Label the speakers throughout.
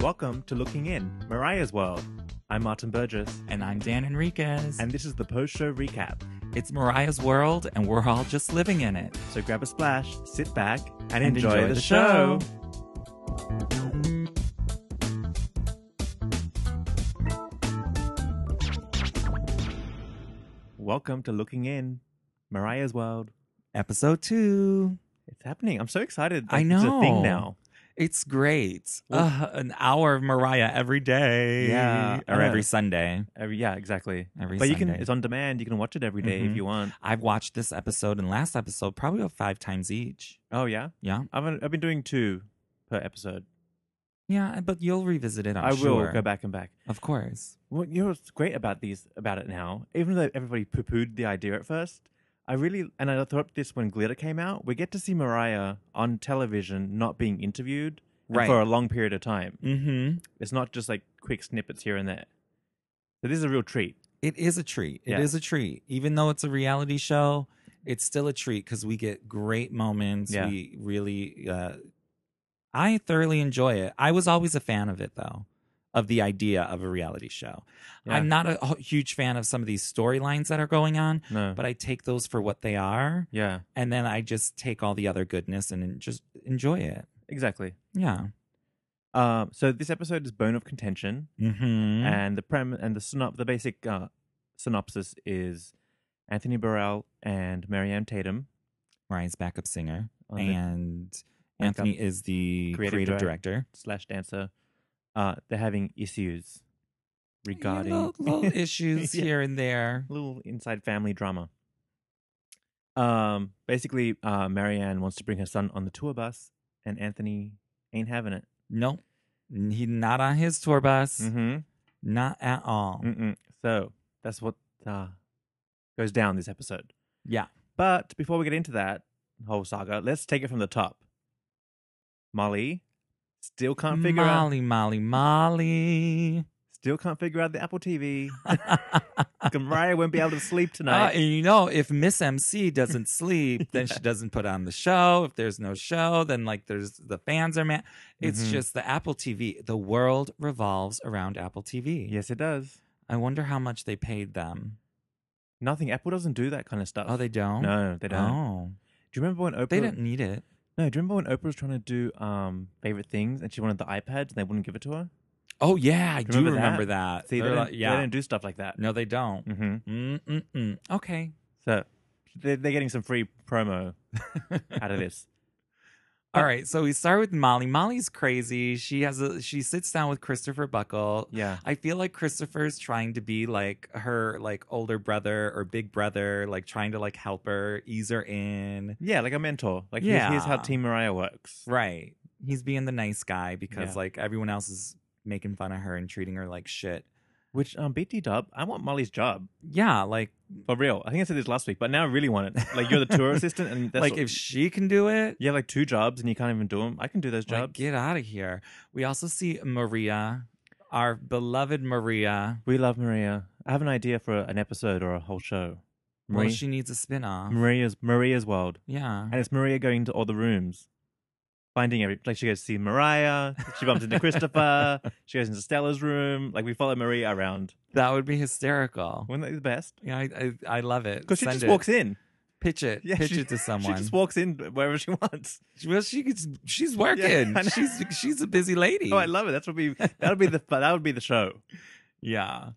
Speaker 1: Welcome to Looking In, Mariah's World. I'm Martin Burgess,
Speaker 2: And I'm Dan Enriquez.
Speaker 1: and this is the post show recap.
Speaker 2: it's Mariah's world, and we're all just living in it.
Speaker 1: So grab a splash, sit back, and,
Speaker 2: And
Speaker 1: enjoy,
Speaker 2: enjoy
Speaker 1: the,
Speaker 2: the
Speaker 1: show.
Speaker 2: show.
Speaker 1: Welcome to Looking In, Mariah's World.
Speaker 2: Episode two.
Speaker 1: It's happening. I'm so excited.
Speaker 2: I
Speaker 1: that It's a thing
Speaker 2: know.
Speaker 1: now.
Speaker 2: It's great.
Speaker 1: Well-
Speaker 2: Ugh, an hour of Mariah every day.
Speaker 1: Yeah, I
Speaker 2: Or
Speaker 1: know.
Speaker 2: every Sunday.
Speaker 1: Every, yeah, exactly.
Speaker 2: Every
Speaker 1: but you
Speaker 2: Sunday.
Speaker 1: can, it's on demand. You can watch it every day if
Speaker 2: Mhm.
Speaker 1: you want.
Speaker 2: I've watched this episode and last episode probably about five times each.
Speaker 1: Oh, yeah?
Speaker 2: Yeah.
Speaker 1: I've, I've been doing two per episode.
Speaker 2: Yeah, but you'll revisit it, I'm
Speaker 1: I will
Speaker 2: sure.
Speaker 1: go back and back.
Speaker 2: Of course.
Speaker 1: Well, you know what's great about these about it now, even though everybody poo-pooed the idea at first, I really and I thought this when Glitter came out, we get to see Mariah on television not being interviewed and
Speaker 2: Right.
Speaker 1: for a long period of time.
Speaker 2: Mm-hmm.
Speaker 1: It's not just like quick snippets here and there. So this is a real treat.
Speaker 2: It is a treat. It is
Speaker 1: Yeah.
Speaker 2: a treat. Even though it's a reality show, it's still a treat because we get great moments.
Speaker 1: Yeah.
Speaker 2: We really, uh, I thoroughly enjoy it. I was always a fan of it, though, of the idea of a reality show.
Speaker 1: Yeah.
Speaker 2: I'm not a h- huge fan of some of these storylines that are going on,
Speaker 1: No.
Speaker 2: but I take those for what they are.
Speaker 1: yeah.
Speaker 2: And then I just take all the other goodness and en- just enjoy it.
Speaker 1: Exactly.
Speaker 2: Yeah.
Speaker 1: Um, so this episode is Bone of Contention.
Speaker 2: Mm-hmm.
Speaker 1: and the prem and the synop the basic uh, synopsis is Anthony Burrell and Marianne Tatum,
Speaker 2: Rise backup singer.
Speaker 1: uh, the
Speaker 2: and
Speaker 1: Backup.
Speaker 2: Anthony is the
Speaker 1: Creative
Speaker 2: creative,
Speaker 1: director.
Speaker 2: director.
Speaker 1: slash dancer, uh, they're having issues regarding
Speaker 2: little, little issues
Speaker 1: Yeah.
Speaker 2: here and there.
Speaker 1: little inside family drama. Um, basically, uh, Marianne wants to bring her son on the tour bus, and Anthony ain't having it.
Speaker 2: Nope. N- He not on his tour bus.
Speaker 1: Mm-hmm.
Speaker 2: Not at all.
Speaker 1: Mm-mm. So that's what uh, goes down this episode.
Speaker 2: Yeah.
Speaker 1: But before we get into that whole saga, let's take it from the top. Molly still can't figure out
Speaker 2: Molly, Molly, Molly.
Speaker 1: still can't figure out the Apple TV. Mariah won't be able to sleep
Speaker 2: Uh,
Speaker 1: tonight.
Speaker 2: and you know, if Miss MC doesn't sleep, then she doesn't put on the show. If there's no show, then like there's the fans are mad. It's
Speaker 1: Mhm.
Speaker 2: just the Apple TV. The world revolves around Apple TV.
Speaker 1: yes, it does.
Speaker 2: I wonder how much they paid them.
Speaker 1: Nothing. Apple doesn't do that kind of stuff.
Speaker 2: Oh, they don't.
Speaker 1: No, they don't.
Speaker 2: Oh,
Speaker 1: Do you remember when Oprah?
Speaker 2: they didn't need it.
Speaker 1: No, do you remember when Oprah was trying to do um favorite things and she wanted the iPads and they wouldn't give it to her?
Speaker 2: Oh yeah, I do
Speaker 1: Remember that?
Speaker 2: remember that.
Speaker 1: See, they
Speaker 2: They're
Speaker 1: didn't,
Speaker 2: like-
Speaker 1: they
Speaker 2: yeah.
Speaker 1: didn't do stuff like that.
Speaker 2: no, they don't.
Speaker 1: Mm-hmm.
Speaker 2: Mm-mm-mm. Okay.
Speaker 1: So they're, they're getting some free promo out of this.
Speaker 2: All right. So we start with Molly. Molly's crazy. She has a she sits down with Christopher Buckle.
Speaker 1: Yeah.
Speaker 2: I feel like Christopher's trying to be like her like older brother or big brother, like trying to like help her, ease her in.
Speaker 1: Yeah, like a mentor. Like here's- here's, how
Speaker 2: Yeah.
Speaker 1: Team Mariah works.
Speaker 2: Right. He's being the nice guy because
Speaker 1: Yeah.
Speaker 2: like everyone else is making fun of her and treating her like shit.
Speaker 1: Which um BT Dub, I want Molly's job
Speaker 2: Yeah, like
Speaker 1: for real. I think I said this last week, but now I really want it. Like you're the tour assistant, and that's
Speaker 2: like
Speaker 1: what-
Speaker 2: if she can do it,
Speaker 1: you have like two jobs and you can't even do them. I can do those
Speaker 2: Like,
Speaker 1: jobs.
Speaker 2: get out of here. We also see Maria, our beloved Maria.
Speaker 1: we love Maria. I have an idea for an episode or a whole show.
Speaker 2: Well,
Speaker 1: Maria,
Speaker 2: she needs a spin-off.
Speaker 1: Maria's Maria's world,
Speaker 2: yeah.
Speaker 1: and it's Maria going to all the rooms, finding every like she goes to see Mariah. She bumps into Christopher. She goes into Stella's room. Like we follow Maria around.
Speaker 2: That would be hysterical.
Speaker 1: Wouldn't that be the best?
Speaker 2: Yeah, I, I, I love it.
Speaker 1: Because she
Speaker 2: Send
Speaker 1: just
Speaker 2: it.
Speaker 1: walks in.
Speaker 2: Pitch it.
Speaker 1: Yeah,
Speaker 2: Pitch
Speaker 1: she-
Speaker 2: it to
Speaker 1: She
Speaker 2: someone.
Speaker 1: just walks in wherever she wants.
Speaker 2: well, she gets, she's working.
Speaker 1: I know.
Speaker 2: she's she's a busy lady.
Speaker 1: Oh, I love it. That's what we. That'll be the. That would be the show.
Speaker 2: yeah.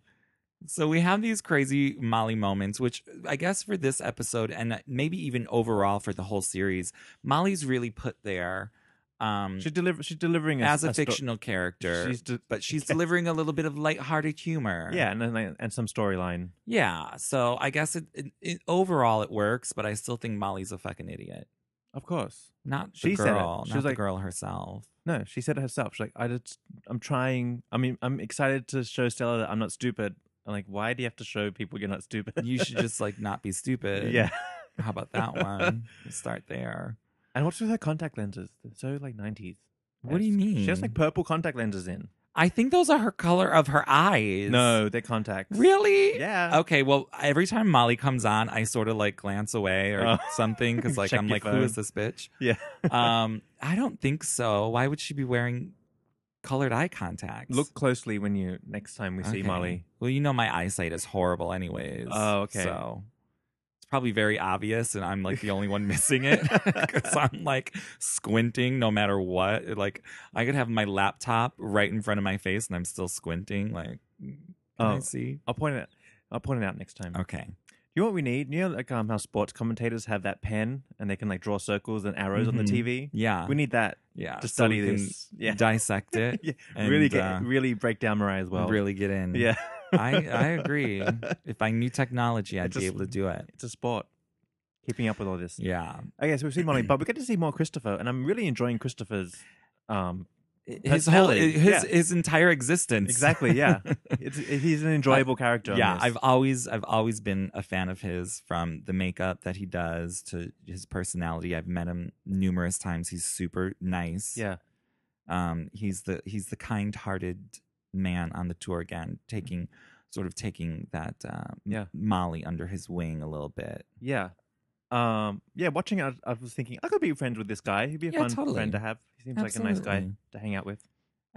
Speaker 2: So we have these crazy Molly moments, which I guess for this episode and maybe even overall for the whole series, Molly's really put there um,
Speaker 1: She deliver. She's delivering a,
Speaker 2: as a,
Speaker 1: a sto-
Speaker 2: fictional character,
Speaker 1: she's de-
Speaker 2: but she's delivering a little bit of lighthearted humor.
Speaker 1: yeah, and then, like, and some storyline.
Speaker 2: yeah. So I guess it, it, it overall it works, but I still think Molly's a fucking idiot.
Speaker 1: Of course.
Speaker 2: Not the
Speaker 1: She said it.
Speaker 2: girl,
Speaker 1: She
Speaker 2: not
Speaker 1: was
Speaker 2: the
Speaker 1: like-
Speaker 2: girl herself.
Speaker 1: No, she said it herself. She's like, I just, I'm trying. I mean, I'm excited to show Stella that I'm not stupid. I'm like, why do you have to show people you're not stupid?
Speaker 2: You should just like not be stupid.
Speaker 1: yeah.
Speaker 2: How about that one? Start there.
Speaker 1: And what's with her contact lenses? They're so like 90s.
Speaker 2: What do you mean?
Speaker 1: She has like purple contact lenses in.
Speaker 2: I think those are her color of her eyes.
Speaker 1: No, they're contacts.
Speaker 2: Really? Oh.
Speaker 1: Yeah.
Speaker 2: Okay, well, every time Molly comes on, I sort of like glance away or
Speaker 1: Oh.
Speaker 2: something because like
Speaker 1: Check
Speaker 2: I'm
Speaker 1: your
Speaker 2: like, who
Speaker 1: phone.
Speaker 2: is this bitch?
Speaker 1: Yeah.
Speaker 2: um, I don't think so. Why would she be wearing colored eye contacts?
Speaker 1: Look closely when you next time we see
Speaker 2: Okay.
Speaker 1: Molly.
Speaker 2: Well, you know my eyesight is horrible, anyways.
Speaker 1: Oh, okay.
Speaker 2: So it's probably very obvious, and I'm like the only one missing it because I'm like squinting no matter what. It, Like I could have my laptop right in front of my face, and I'm still squinting. Like, can I
Speaker 1: Oh.
Speaker 2: see?
Speaker 1: I'll point it. I'll point it out next time.
Speaker 2: Okay.
Speaker 1: You know what we need? You know, like um, how sports commentators have that pen and they can like draw circles and arrows on
Speaker 2: Mhm.
Speaker 1: the TV.
Speaker 2: Yeah.
Speaker 1: We need that
Speaker 2: yeah.
Speaker 1: to
Speaker 2: so we
Speaker 1: study
Speaker 2: can
Speaker 1: this. Yeah.
Speaker 2: Dissect it.
Speaker 1: Yeah,
Speaker 2: and,
Speaker 1: really get
Speaker 2: uh,
Speaker 1: really break down Mariah as well.
Speaker 2: really mm. get in.
Speaker 1: Yeah.
Speaker 2: I, I agree. If I knew technology, I'd
Speaker 1: just-
Speaker 2: be able to do it.
Speaker 1: It's a sport. Keeping up with all this.
Speaker 2: Yeah.
Speaker 1: Okay, so we've seen Molly, but we get to see more Christopher, and I'm really enjoying Christopher's um
Speaker 2: His whole
Speaker 1: Personality,
Speaker 2: his
Speaker 1: yeah.
Speaker 2: his entire existence.
Speaker 1: Exactly, yeah. it's, he's an enjoyable character.
Speaker 2: yeah
Speaker 1: i
Speaker 2: i've always i've always been a fan of his from the makeup that he does to his personality i've met him numerous times he's super nice
Speaker 1: yeah.
Speaker 2: um he's the he's the kind-hearted man on the tour again taking sort of taking that uh, M-
Speaker 1: Yeah.
Speaker 2: molly under his wing a little bit
Speaker 1: Yeah. Um, yeah, watching it, I was thinking, I could be friends with this guy. He'd be a
Speaker 2: Yeah,
Speaker 1: fun
Speaker 2: totally.
Speaker 1: friend to have. He seems like a nice guy
Speaker 2: Absolutely.
Speaker 1: to hang out with.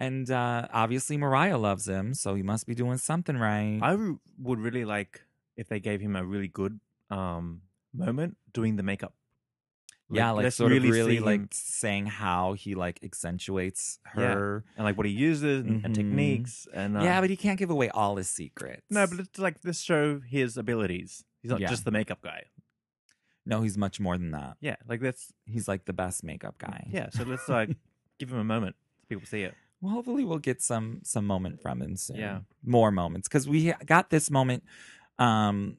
Speaker 2: and uh obviously mariah loves him so he must be doing something right
Speaker 1: I re- would really like if they gave him a really good um, moment doing the makeup.
Speaker 2: yeah like
Speaker 1: let's
Speaker 2: sort of really
Speaker 1: see
Speaker 2: like
Speaker 1: him
Speaker 2: saying how he like accentuates
Speaker 1: Yeah.
Speaker 2: her
Speaker 1: and like what he uses and,
Speaker 2: Mhm.
Speaker 1: and techniques and uh,
Speaker 2: Yeah, but he can't give away all his secrets.
Speaker 1: no, but it's like this show his abilities. He's not
Speaker 2: Yeah.
Speaker 1: just the makeup guy.
Speaker 2: no, he's much more than that.
Speaker 1: Yeah, like that's
Speaker 2: He's like the best makeup guy.
Speaker 1: yeah. So let's like give him a moment. So people see it.
Speaker 2: Well, hopefully we'll get some some moment from him soon.
Speaker 1: Yeah.
Speaker 2: More moments cuz we got this moment um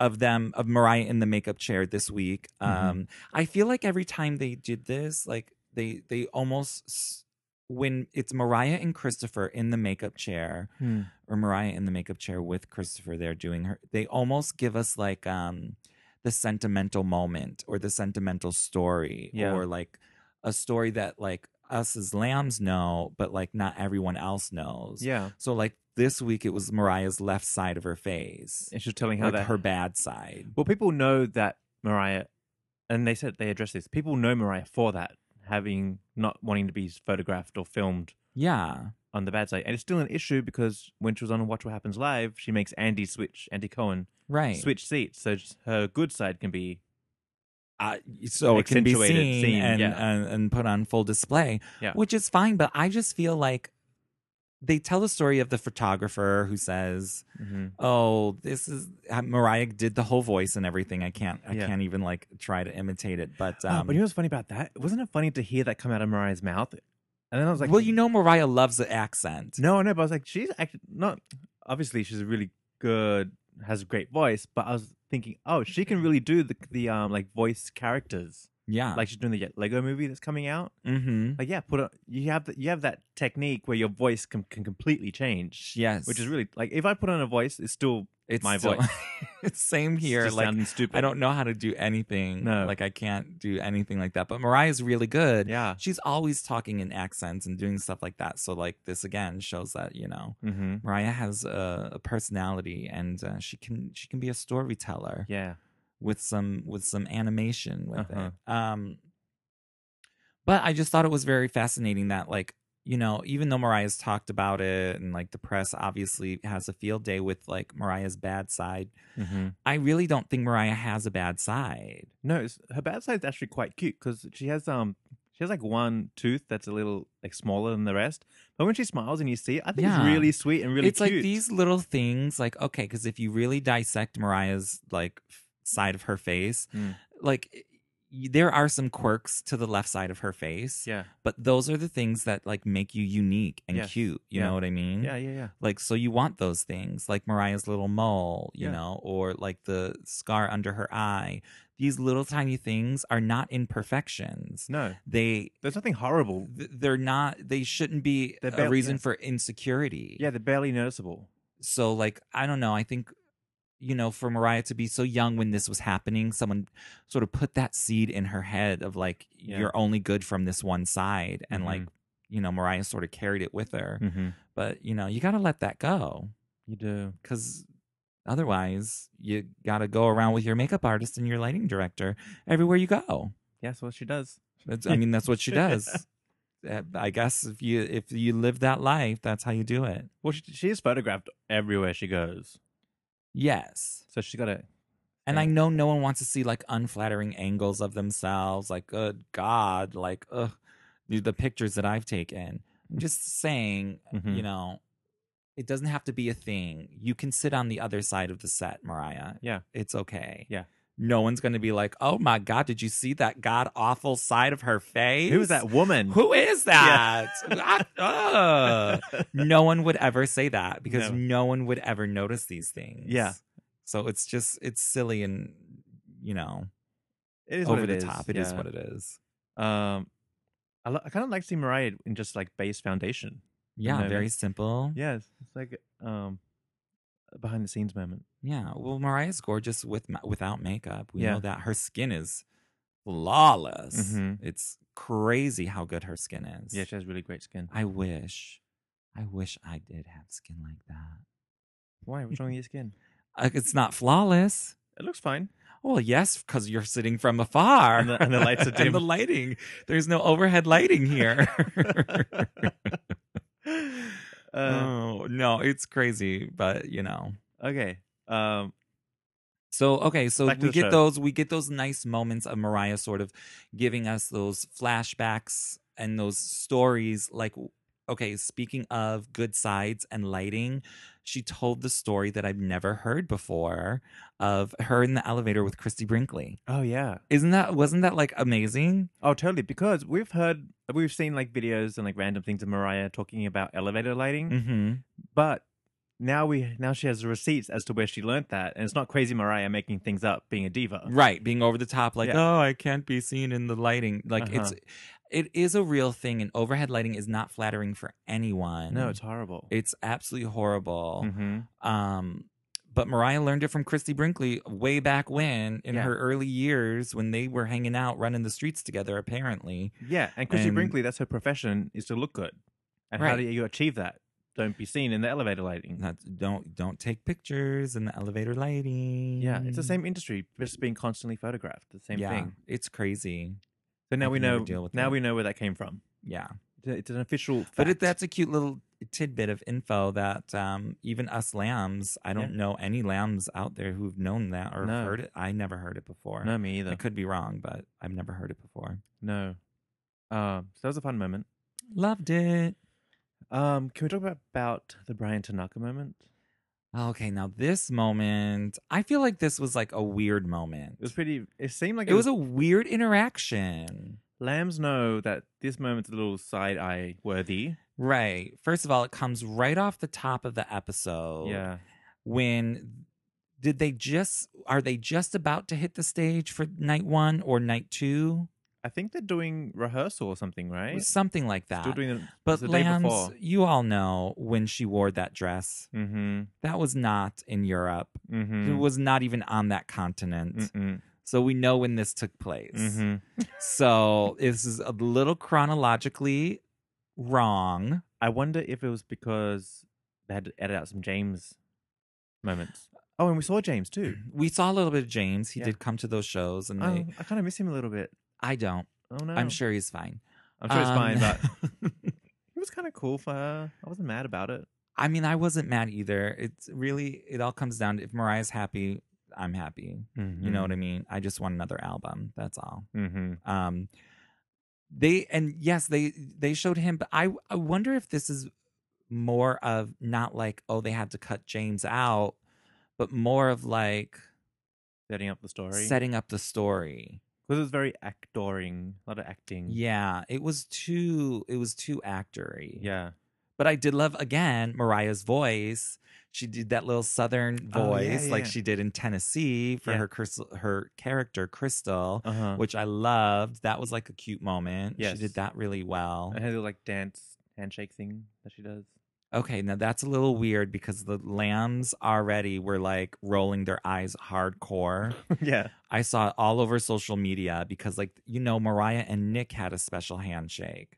Speaker 2: of them of Mariah in the makeup chair this week.
Speaker 1: Mhm.
Speaker 2: Um I feel like every time they did this, like they they almost s- when it's Mariah and Christopher in the makeup chair, or Mariah in the makeup chair with Christopher there doing her they almost give us like um the sentimental moment or the sentimental story
Speaker 1: Yeah.
Speaker 2: or like a story that like us as lambs know but like not everyone else knows.
Speaker 1: Yeah,
Speaker 2: So like this week it was Mariah's left side of her face.
Speaker 1: and she's telling how
Speaker 2: Like
Speaker 1: that
Speaker 2: her bad side.
Speaker 1: Well, people know that Mariah, and they said they address this. People know Mariah for that, having not wanting to be photographed or filmed
Speaker 2: Yeah.
Speaker 1: on the bad side, and it's still an issue because when she was on Watch What Happens Live, she makes Andy switch, Andy Cohen
Speaker 2: Right.
Speaker 1: switch seats, so sh- her good side can be
Speaker 2: uh, so it can be
Speaker 1: Accentuated,
Speaker 2: seen,
Speaker 1: seen,
Speaker 2: and,
Speaker 1: yeah.
Speaker 2: and and put on full display,
Speaker 1: Yeah.
Speaker 2: which is fine. But I just feel like they tell the story of the photographer who says, "Oh, this is Mariah did the whole voice and everything. I can't, I
Speaker 1: Yeah.
Speaker 2: can't even like try to imitate it." But um,
Speaker 1: oh, but you know what's funny about that? Wasn't it funny to hear that come out of Mariah's mouth? And then I was like,
Speaker 2: well, you know, Mariah loves the accent.
Speaker 1: no, I know, but I was like, she's actually not. Obviously, she's a really good, has a great voice, but I was thinking, oh, she can really do the the um like voice characters.
Speaker 2: Yeah,
Speaker 1: like she's doing the Lego movie that's coming out.
Speaker 2: mm-hmm.
Speaker 1: Like, yeah, put a, you have the, you have that technique where your voice can, can completely change.
Speaker 2: yes,
Speaker 1: which is really like if I put on a voice, it's still
Speaker 2: it's
Speaker 1: my
Speaker 2: still-
Speaker 1: voice.
Speaker 2: it's same
Speaker 1: it's
Speaker 2: here.
Speaker 1: just
Speaker 2: Like
Speaker 1: sounding stupid.
Speaker 2: I don't know how to do anything.
Speaker 1: No.
Speaker 2: like I can't do anything like that. But Mariah's really good.
Speaker 1: Yeah.
Speaker 2: she's always talking in accents and doing stuff like that. So like this again shows that you know
Speaker 1: Mm-hmm.
Speaker 2: Mariah has a, a personality and uh, she can she can be a storyteller
Speaker 1: Yeah.
Speaker 2: with some with some animation with
Speaker 1: Uh-huh.
Speaker 2: it. Um, but I just thought it was very fascinating that like you know even though Mariah's talked about it and like the press obviously has a field day with like Mariah's bad side.
Speaker 1: Mm-hmm.
Speaker 2: I really don't think Mariah has a bad side.
Speaker 1: No, it's, her bad side's actually quite cute because she has um She has like one tooth that's a little like smaller than the rest. But when she smiles and you see it, I think
Speaker 2: Yeah.
Speaker 1: it's really sweet and really
Speaker 2: it's
Speaker 1: cute.
Speaker 2: like these little things like okay because if you really dissect mariah's like f- side of her face
Speaker 1: Mm.
Speaker 2: like y- there are some quirks to the left side of her face
Speaker 1: Yeah.
Speaker 2: but those are the things that like make you unique and
Speaker 1: Yes.
Speaker 2: cute you
Speaker 1: Yeah.
Speaker 2: know what i mean
Speaker 1: Yeah, yeah, yeah.
Speaker 2: like so you want those things like mariah's little mole you
Speaker 1: Yeah.
Speaker 2: know or like the scar under her eye these little tiny things are not imperfections
Speaker 1: No.
Speaker 2: they
Speaker 1: There's nothing horrible.
Speaker 2: th- they're not they shouldn't be
Speaker 1: They're
Speaker 2: a
Speaker 1: bare-
Speaker 2: reason
Speaker 1: yeah.
Speaker 2: for insecurity
Speaker 1: Yeah, they're barely noticeable.
Speaker 2: so like i don't know i think you know for mariah to be so young when this was happening someone sort of put that seed in her head of like
Speaker 1: Yeah.
Speaker 2: you're only good from this one side and
Speaker 1: Mhm.
Speaker 2: like you know mariah sort of carried it with her
Speaker 1: Mm-hmm.
Speaker 2: but you know you got to let that go
Speaker 1: You do.
Speaker 2: because otherwise you got to go around with your makeup artist and your lighting director everywhere you go
Speaker 1: Yeah, that's what she does.
Speaker 2: that's, i mean that's what she does Uh, i guess if you if you live that life that's how you do it
Speaker 1: Well, she, she is photographed everywhere she goes.
Speaker 2: yes
Speaker 1: So she's got to.
Speaker 2: And
Speaker 1: Yeah.
Speaker 2: I know no one wants to see like unflattering angles of themselves. Like, good God, like, ugh, the the pictures that I've taken. I'm just saying,
Speaker 1: Mhm.
Speaker 2: you know, it doesn't have to be a thing. You can sit on the other side of the set, Mariah.
Speaker 1: Yeah.
Speaker 2: It's okay.
Speaker 1: Yeah.
Speaker 2: No one's going to be like, oh my God, did you see that God awful side of her face?
Speaker 1: Who's that woman?
Speaker 2: Who is that? I- ugh no one would ever say that because
Speaker 1: No.
Speaker 2: no. one would ever notice these things.
Speaker 1: Yeah.
Speaker 2: So it's just it's silly and you know
Speaker 1: it is
Speaker 2: over
Speaker 1: what it is.
Speaker 2: the top. It is
Speaker 1: yeah.
Speaker 2: what it is.
Speaker 1: Um, I, lo- I kind of like seeing Mariah in just like base foundation.
Speaker 2: Yeah,
Speaker 1: know what I
Speaker 2: very
Speaker 1: mean?
Speaker 2: simple. Yeah.
Speaker 1: Yes, it's like um, a behind the scenes moment.
Speaker 2: Well, Mariah's gorgeous with ma- without makeup. We
Speaker 1: Yeah.
Speaker 2: know that her skin is flawless.
Speaker 1: Mhm.
Speaker 2: It's crazy how good her skin is.
Speaker 1: Yeah, she has really great skin.
Speaker 2: I wish, I wish I did have skin like that.
Speaker 1: Why? What's wrong with your skin?
Speaker 2: Like, it's not flawless.
Speaker 1: It looks fine.
Speaker 2: Well, yes, because you're sitting from afar,
Speaker 1: And the- and the lights are dim.
Speaker 2: and the lighting. There's no overhead lighting here.
Speaker 1: Uh,
Speaker 2: oh no, it's crazy, but you know.
Speaker 1: okay. Um,
Speaker 2: So okay, so
Speaker 1: Back to
Speaker 2: we
Speaker 1: the
Speaker 2: get
Speaker 1: show.
Speaker 2: those we get those nice moments of Mariah sort of giving us those flashbacks and those stories like okay, speaking of good sides and lighting, she told the story that I've never heard before of her in the elevator with Christy Brinkley.
Speaker 1: oh yeah.
Speaker 2: Isn't that wasn't that like amazing?
Speaker 1: Oh, totally. Because we've heard, we've seen like videos and like random things of Mariah talking about elevator lighting,
Speaker 2: Mm-hmm.
Speaker 1: but now we now she has the receipts as to where she learnt that, and it's not crazy Mariah making things up, being a diva.
Speaker 2: Right, being over the top, like
Speaker 1: Yeah. Uh-huh.
Speaker 2: oh, I can't be seen in the lighting. Like it's, it is a real thing, and overhead lighting is not flattering for anyone.
Speaker 1: No, it's horrible.
Speaker 2: it's absolutely horrible.
Speaker 1: Mhm.
Speaker 2: Um, but Mariah learned it from Christy Brinkley way back when in
Speaker 1: Yeah.
Speaker 2: her early years when they were hanging out, running the streets together. Apparently,
Speaker 1: Yeah, and Chrissy
Speaker 2: And-
Speaker 1: Brinkley, that's her profession, is to look good. And how
Speaker 2: Right.
Speaker 1: do you achieve that? Don't be seen in the elevator lighting.
Speaker 2: not don't don't take pictures in the elevator lighting.
Speaker 1: Yeah, it's the same industry, just being constantly photographed. The same
Speaker 2: Mm. yeah,
Speaker 1: thing.
Speaker 2: It's crazy.
Speaker 1: So now
Speaker 2: I
Speaker 1: we
Speaker 2: can never
Speaker 1: know.
Speaker 2: deal with
Speaker 1: Now
Speaker 2: that.
Speaker 1: we know where that came from.
Speaker 2: Yeah.
Speaker 1: It's a- It's an official. Fact.
Speaker 2: But it, that's a cute little tidbit of info that um, even us lambs, I don't
Speaker 1: Yeah.
Speaker 2: know any lambs out there who've known that or
Speaker 1: No.
Speaker 2: heard it. I never heard it before.
Speaker 1: no me either.
Speaker 2: I could be wrong, but I've never heard it before.
Speaker 1: No. Um, so that was a fun moment.
Speaker 2: Loved it.
Speaker 1: Um, can we talk about, about the Brian Tanaka moment?
Speaker 2: Okay, now this moment, I feel like this was like a weird moment.
Speaker 1: It was pretty. It seemed like
Speaker 2: it was a weird interaction.
Speaker 1: lambs know that this moment's a little side eye worthy.
Speaker 2: Right. First of all, it comes right off the top of the episode.
Speaker 1: Yeah.
Speaker 2: when did they just are they just about to hit the stage for night one or night two
Speaker 1: I think they're doing rehearsal or something,
Speaker 2: It
Speaker 1: right?
Speaker 2: was something like that
Speaker 1: Still doing it.
Speaker 2: but
Speaker 1: the day
Speaker 2: lambs
Speaker 1: before.
Speaker 2: you all know when she wore that dress
Speaker 1: Mm-hmm.
Speaker 2: that was not in europe
Speaker 1: Mm-hmm.
Speaker 2: it was not even on that continent
Speaker 1: Mm-mm.
Speaker 2: so we know when this took place
Speaker 1: Mm. Mm-hmm.
Speaker 2: so this is a little chronologically wrong
Speaker 1: I wonder if it was because they had to edit out some James moments. Oh, and we saw James too.
Speaker 2: we saw a little bit of james he
Speaker 1: Yeah.
Speaker 2: did come to those shows and
Speaker 1: Oh,
Speaker 2: they,
Speaker 1: I kind of miss him a little bit.
Speaker 2: i don't
Speaker 1: Oh no,
Speaker 2: i'm sure he's fine
Speaker 1: I'm sure it's fine, but
Speaker 2: but
Speaker 1: it was kind of cool for her. I wasn't mad about it.
Speaker 2: I mean, I wasn't mad either. It's really, it all comes down to if Mariah's happy, I'm
Speaker 1: Mm-hmm.
Speaker 2: happy. You know what I mean? I just want another album. That's all.
Speaker 1: Mm-hmm.
Speaker 2: Um, they and yes they they showed him but i i wonder if this is more of not like oh they had to cut james out but more of like
Speaker 1: setting up the story.
Speaker 2: setting up the story
Speaker 1: Because it was very actoring, a lot of acting.
Speaker 2: yeah it was too it was too actory
Speaker 1: Yeah.
Speaker 2: but i did love again mariah's voice she did that little southern
Speaker 1: Oh, yeah,
Speaker 2: voice
Speaker 1: yeah,
Speaker 2: like
Speaker 1: yeah.
Speaker 2: she did in tennessee for
Speaker 1: Yeah.
Speaker 2: her crystal her character crystal
Speaker 1: Uh huh.
Speaker 2: which i loved that was like a cute moment
Speaker 1: Yes.
Speaker 2: she did that really well
Speaker 1: And her little like dance handshake thing that she does.
Speaker 2: Okay, now that's a little weird because the lambs already were like rolling their eyes hardcore.
Speaker 1: yeah.
Speaker 2: I saw it all over social media because, like, you know, Mariah and Nick had a special handshake.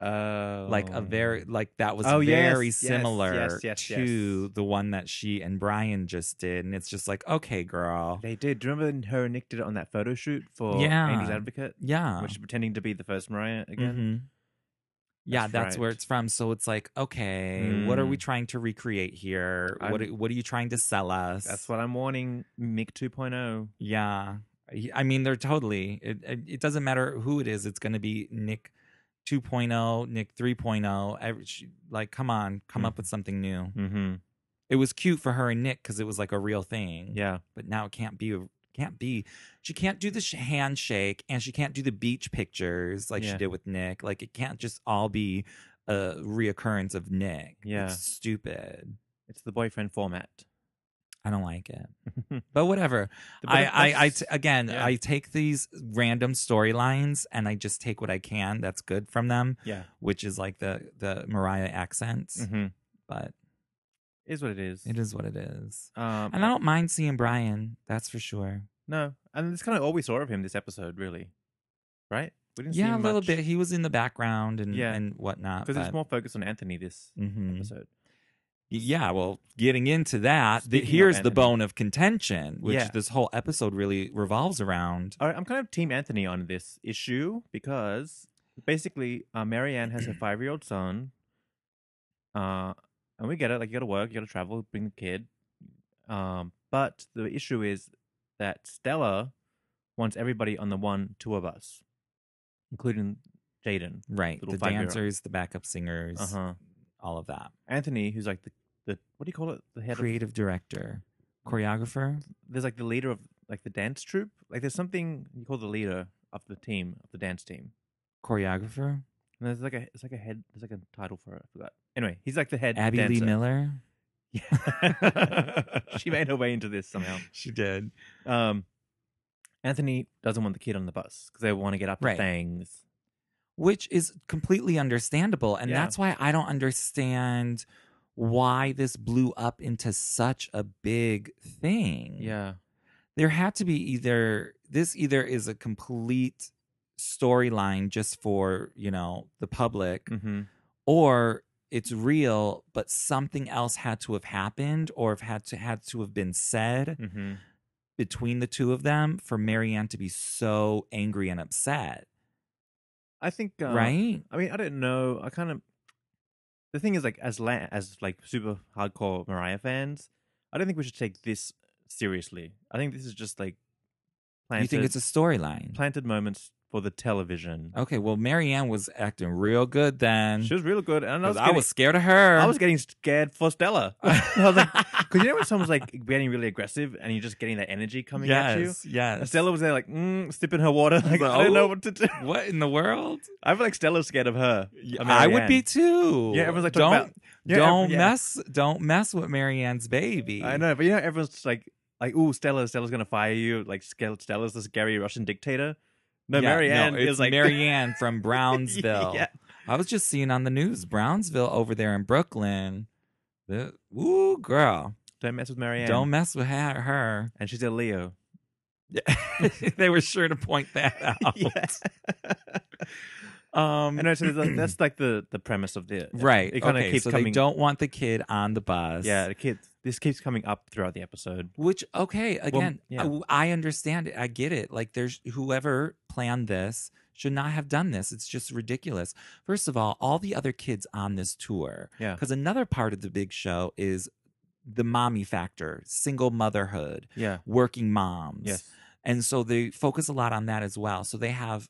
Speaker 1: Oh.
Speaker 2: Like, a very, like, that was
Speaker 1: Oh, yes,
Speaker 2: very
Speaker 1: yes,
Speaker 2: similar
Speaker 1: yes, yes,
Speaker 2: to
Speaker 1: yes.
Speaker 2: the one that she and Brian just did. And it's just like, okay, girl.
Speaker 1: They did. Do you remember when her and Nick did it on that photo shoot for
Speaker 2: Yeah.
Speaker 1: Angel's Advocate?
Speaker 2: yeah.
Speaker 1: Which is pretending to be the first Mariah again.
Speaker 2: Mhm. Yeah,
Speaker 1: That's
Speaker 2: that's where
Speaker 1: right.
Speaker 2: it's from. So it's like, okay, what are we
Speaker 1: Mm.
Speaker 2: trying to recreate here? What
Speaker 1: I'm-
Speaker 2: are- what are you trying to sell us?
Speaker 1: That's what I'm warning Mick oh. 2.0.
Speaker 2: Yeah. I- I mean, they're totally, it, it it doesn't matter who it is. It's going to be Nick 2.0, Nick 3.0. Every, she, like, come on, come
Speaker 1: Hmm.
Speaker 2: up with something new.
Speaker 1: Mm-hmm.
Speaker 2: It was cute for her and Nick because it was like a real thing.
Speaker 1: Yeah.
Speaker 2: But now it can't be, a- can't be. She can't do the sh- handshake and she can't do the beach pictures like
Speaker 1: Yeah.
Speaker 2: she did with Nick. Like, it can't just all be a reoccurrence of Nick.
Speaker 1: Yeah.
Speaker 2: It's stupid.
Speaker 1: It's the boyfriend format.
Speaker 2: I don't like it. But whatever.
Speaker 1: The
Speaker 2: I,
Speaker 1: boyfriend-
Speaker 2: I, I t- again,
Speaker 1: Yeah.
Speaker 2: I take these random storylines and I just take what I can that's good from them,
Speaker 1: yeah.
Speaker 2: which is like the the Mariah accents.
Speaker 1: Mm-hmm.
Speaker 2: But
Speaker 1: Is what it is.
Speaker 2: it is what it is,
Speaker 1: Um,
Speaker 2: and I don't mind seeing Brian. That's for sure.
Speaker 1: No, and that's kind of all we saw of him this episode, really. Right? We didn't see
Speaker 2: Yeah, a
Speaker 1: him
Speaker 2: little
Speaker 1: much,
Speaker 2: bit. He was in the background and
Speaker 1: Yeah.
Speaker 2: and whatnot.
Speaker 1: because it's
Speaker 2: but-
Speaker 1: more focused on Anthony this
Speaker 2: Mhm.
Speaker 1: episode.
Speaker 2: Yeah, well, getting into that, the,
Speaker 1: Speaking of
Speaker 2: here's the
Speaker 1: Anthony.
Speaker 2: bone of contention, which
Speaker 1: Yeah.
Speaker 2: this whole episode really revolves around.
Speaker 1: All right, I'm kind of team Anthony on this issue because basically, uh, Marianne has her five year old son, uh, and we get it. Like you got to work, you got to travel, bring the kid. Um, but the issue is that Stella wants everybody on the one tour bus, including Jaden.
Speaker 2: Right,
Speaker 1: Little
Speaker 2: the
Speaker 1: five-year-old.
Speaker 2: dancers, the backup singers,
Speaker 1: Uh huh.
Speaker 2: all of that.
Speaker 1: Anthony, who's like the, the what do you call it? The head of
Speaker 2: creative director,
Speaker 1: Mm-hmm.
Speaker 2: choreographer.
Speaker 1: there's like the leader of like the dance troupe. Like there's something you call the leader of the team of the dance team.
Speaker 2: choreographer
Speaker 1: And there's like a it's like a head there's like a title for it. I forgot. Anyway, he's like the head
Speaker 2: Abby
Speaker 1: dancer.
Speaker 2: Lee Miller.
Speaker 1: Yeah. she made her way into this somehow.
Speaker 2: She did.
Speaker 1: Um, Anthony doesn't want the kid on the bus because they want to get up
Speaker 2: Right.
Speaker 1: to things.
Speaker 2: Which is completely understandable. And
Speaker 1: Yeah.
Speaker 2: that's why I don't understand why this blew up into such a big thing.
Speaker 1: Yeah.
Speaker 2: There had to be either this either is a complete storyline just for, you know, the public
Speaker 1: Mm-hmm.
Speaker 2: or it's real, but something else had to have happened or have had to had to have been said.
Speaker 1: Mm-hmm.
Speaker 2: between the two of them for Marianne to be so angry and upset,
Speaker 1: I think uh,
Speaker 2: right?
Speaker 1: I mean, I don't know. I kind of the thing is like as la- as like super hardcore Mariah fans, I don't think we should take this seriously. I think this is just like planted
Speaker 2: You think it's a storyline?
Speaker 1: planted moments for the television.
Speaker 2: Okay, well, Marianne was acting real good then.
Speaker 1: She was real good, and I
Speaker 2: 'cause
Speaker 1: was
Speaker 2: I
Speaker 1: getting,
Speaker 2: was scared of her.
Speaker 1: I was getting scared for Stella. I was like, because you know when someone's like getting really aggressive and you're just getting that energy coming at you.
Speaker 2: yes,
Speaker 1: And
Speaker 2: yes.
Speaker 1: Stella was there, like mm, sipping her water. Like
Speaker 2: like,
Speaker 1: I don't know
Speaker 2: "Oh."
Speaker 1: what to do.
Speaker 2: what in the world?
Speaker 1: I feel like Stella's scared of her. of
Speaker 2: I would
Speaker 1: Marianne.
Speaker 2: be too.
Speaker 1: Yeah, everyone's like
Speaker 2: don't
Speaker 1: talking about- Yeah, every-
Speaker 2: don't
Speaker 1: yeah.
Speaker 2: mess don't mess with Marianne's baby.
Speaker 1: I know, but you know, everyone's just like, like, ooh, Stella, Stella's gonna fire you. Like, Skel- Stella's this scary Russian dictator. No,
Speaker 2: Yeah,
Speaker 1: Marianne
Speaker 2: no,
Speaker 1: is
Speaker 2: it's
Speaker 1: like
Speaker 2: Marianne from Brownsville.
Speaker 1: yeah,
Speaker 2: I was just seeing on the news Brownsville over there in Brooklyn. The, ooh, girl.
Speaker 1: don't mess with Marianne.
Speaker 2: Don't mess with her. her.
Speaker 1: And she's a Leo.
Speaker 2: they were sure to point that out. Um,
Speaker 1: I know. So that's, that's like the the premise of the
Speaker 2: right.
Speaker 1: It kind of
Speaker 2: okay,
Speaker 1: keeps
Speaker 2: so they
Speaker 1: coming.
Speaker 2: don't want the kid on the bus.
Speaker 1: yeah, the kids. This keeps coming up throughout the episode.
Speaker 2: Which okay, again,
Speaker 1: yeah.
Speaker 2: I, I understand it. I get it. Like there's whoever planned this should not have done this. It's just ridiculous. First of all, all the other kids on this tour.
Speaker 1: Yeah.
Speaker 2: Because another part of the big show is the mommy factor, single motherhood,
Speaker 1: Yeah.
Speaker 2: working moms.
Speaker 1: Yes.
Speaker 2: And so they focus a lot on that as well. So they have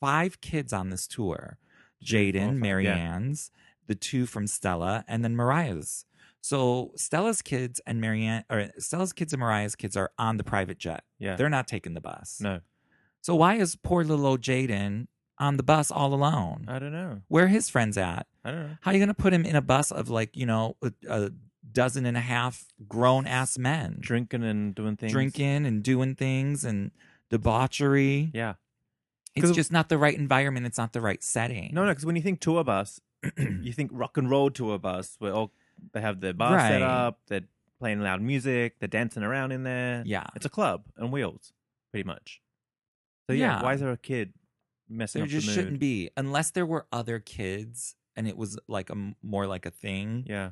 Speaker 2: five kids on this tour Jaden,
Speaker 1: five,
Speaker 2: Mary
Speaker 1: Oh, yeah.
Speaker 2: Ann's, the two from Stella, and then Mariah's. So Stella's kids and Marianne, or Stella's kids and Mariah's kids are on the private jet.
Speaker 1: Yeah.
Speaker 2: They're not taking the bus.
Speaker 1: no,
Speaker 2: So why is poor little old Jaden on the bus all alone?
Speaker 1: I don't know.
Speaker 2: Where are his friends at?
Speaker 1: I don't know.
Speaker 2: How are you going to put him in a bus of like, you know, a, a dozen and a half grown ass men
Speaker 1: Drinking and doing things.
Speaker 2: drinking and doing things and debauchery?
Speaker 1: Yeah.
Speaker 2: It's just not the right environment. It's not the right setting.
Speaker 1: No, no, because when you think tour bus, you think rock and roll tour bus where all they have their bar set
Speaker 2: Right.
Speaker 1: up, they're playing loud music, they're dancing around in there.
Speaker 2: Yeah.
Speaker 1: It's a club and wheels, pretty much. So yeah,
Speaker 2: Yeah.
Speaker 1: why is there a kid messing
Speaker 2: There
Speaker 1: up the
Speaker 2: just
Speaker 1: mood?
Speaker 2: shouldn't be, unless there were other kids and it was like a m- more like a thing.
Speaker 1: Yeah.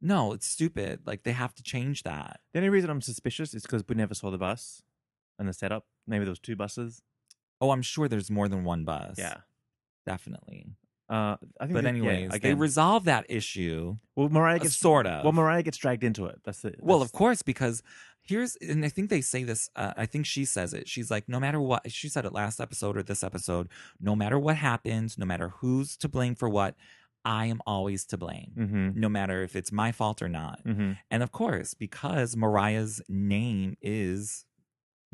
Speaker 2: No, it's stupid. Like they have to change that.
Speaker 1: The only reason I'm suspicious is because we never saw the bus and the setup. Maybe there was two buses.
Speaker 2: Oh, I'm sure there's more than one bus.
Speaker 1: Yeah.
Speaker 2: definitely.
Speaker 1: Uh, I think. that-
Speaker 2: But
Speaker 1: yeah,
Speaker 2: anyways, they
Speaker 1: again,
Speaker 2: resolve that issue.
Speaker 1: well, Mariah
Speaker 2: uh,
Speaker 1: gets
Speaker 2: sort of.
Speaker 1: Well, Mariah gets dragged into it. That's it.
Speaker 2: Well, of
Speaker 1: That's-
Speaker 2: course, because here's, and I think they say this. Uh, I think she says it. She's like, no matter what, she said it last episode or this episode. No matter what happens, no matter who's to blame for what, I am always to blame.
Speaker 1: Mhm,
Speaker 2: No matter if it's my fault or not.
Speaker 1: mhm.
Speaker 2: And of course, because Mariah's name is,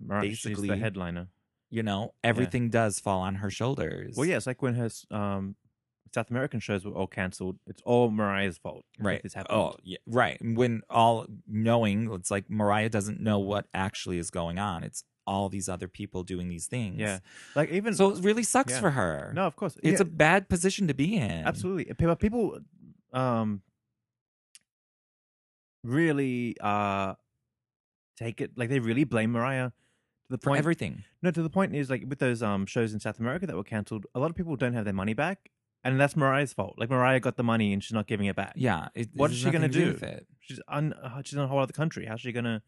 Speaker 1: Mariah, she's the
Speaker 2: Basically-
Speaker 1: headliner.
Speaker 2: you know, everything does fall on her shoulders.
Speaker 1: Well, yeah, it's like when her s- um, South American shows were all cancelled. It's all Mariah's fault. that
Speaker 2: Right.
Speaker 1: This happened.
Speaker 2: Oh, yeah, right. When all knowing, it's like Mariah doesn't know what actually is going on. It's all these other people doing these things.
Speaker 1: yeah. Like even
Speaker 2: So it really sucks
Speaker 1: Yeah.
Speaker 2: for her.
Speaker 1: no, of course,
Speaker 2: It's
Speaker 1: Yeah,
Speaker 2: a bad position to be in.
Speaker 1: absolutely. People, people, um, really uh, take it like they really blame Mariah to the
Speaker 2: For
Speaker 1: point.
Speaker 2: everything.
Speaker 1: no, to the point is like with those um shows in South America that were cancelled, a lot of people don't have their money back, and that's Mariah's fault. Like Mariah got the money and she's not giving it back.
Speaker 2: Yeah. It,
Speaker 1: What
Speaker 2: it
Speaker 1: is
Speaker 2: has
Speaker 1: she gonna
Speaker 2: nothing to
Speaker 1: do?
Speaker 2: with it.
Speaker 1: She's un- uh, she's in a whole other country. How's she gonna?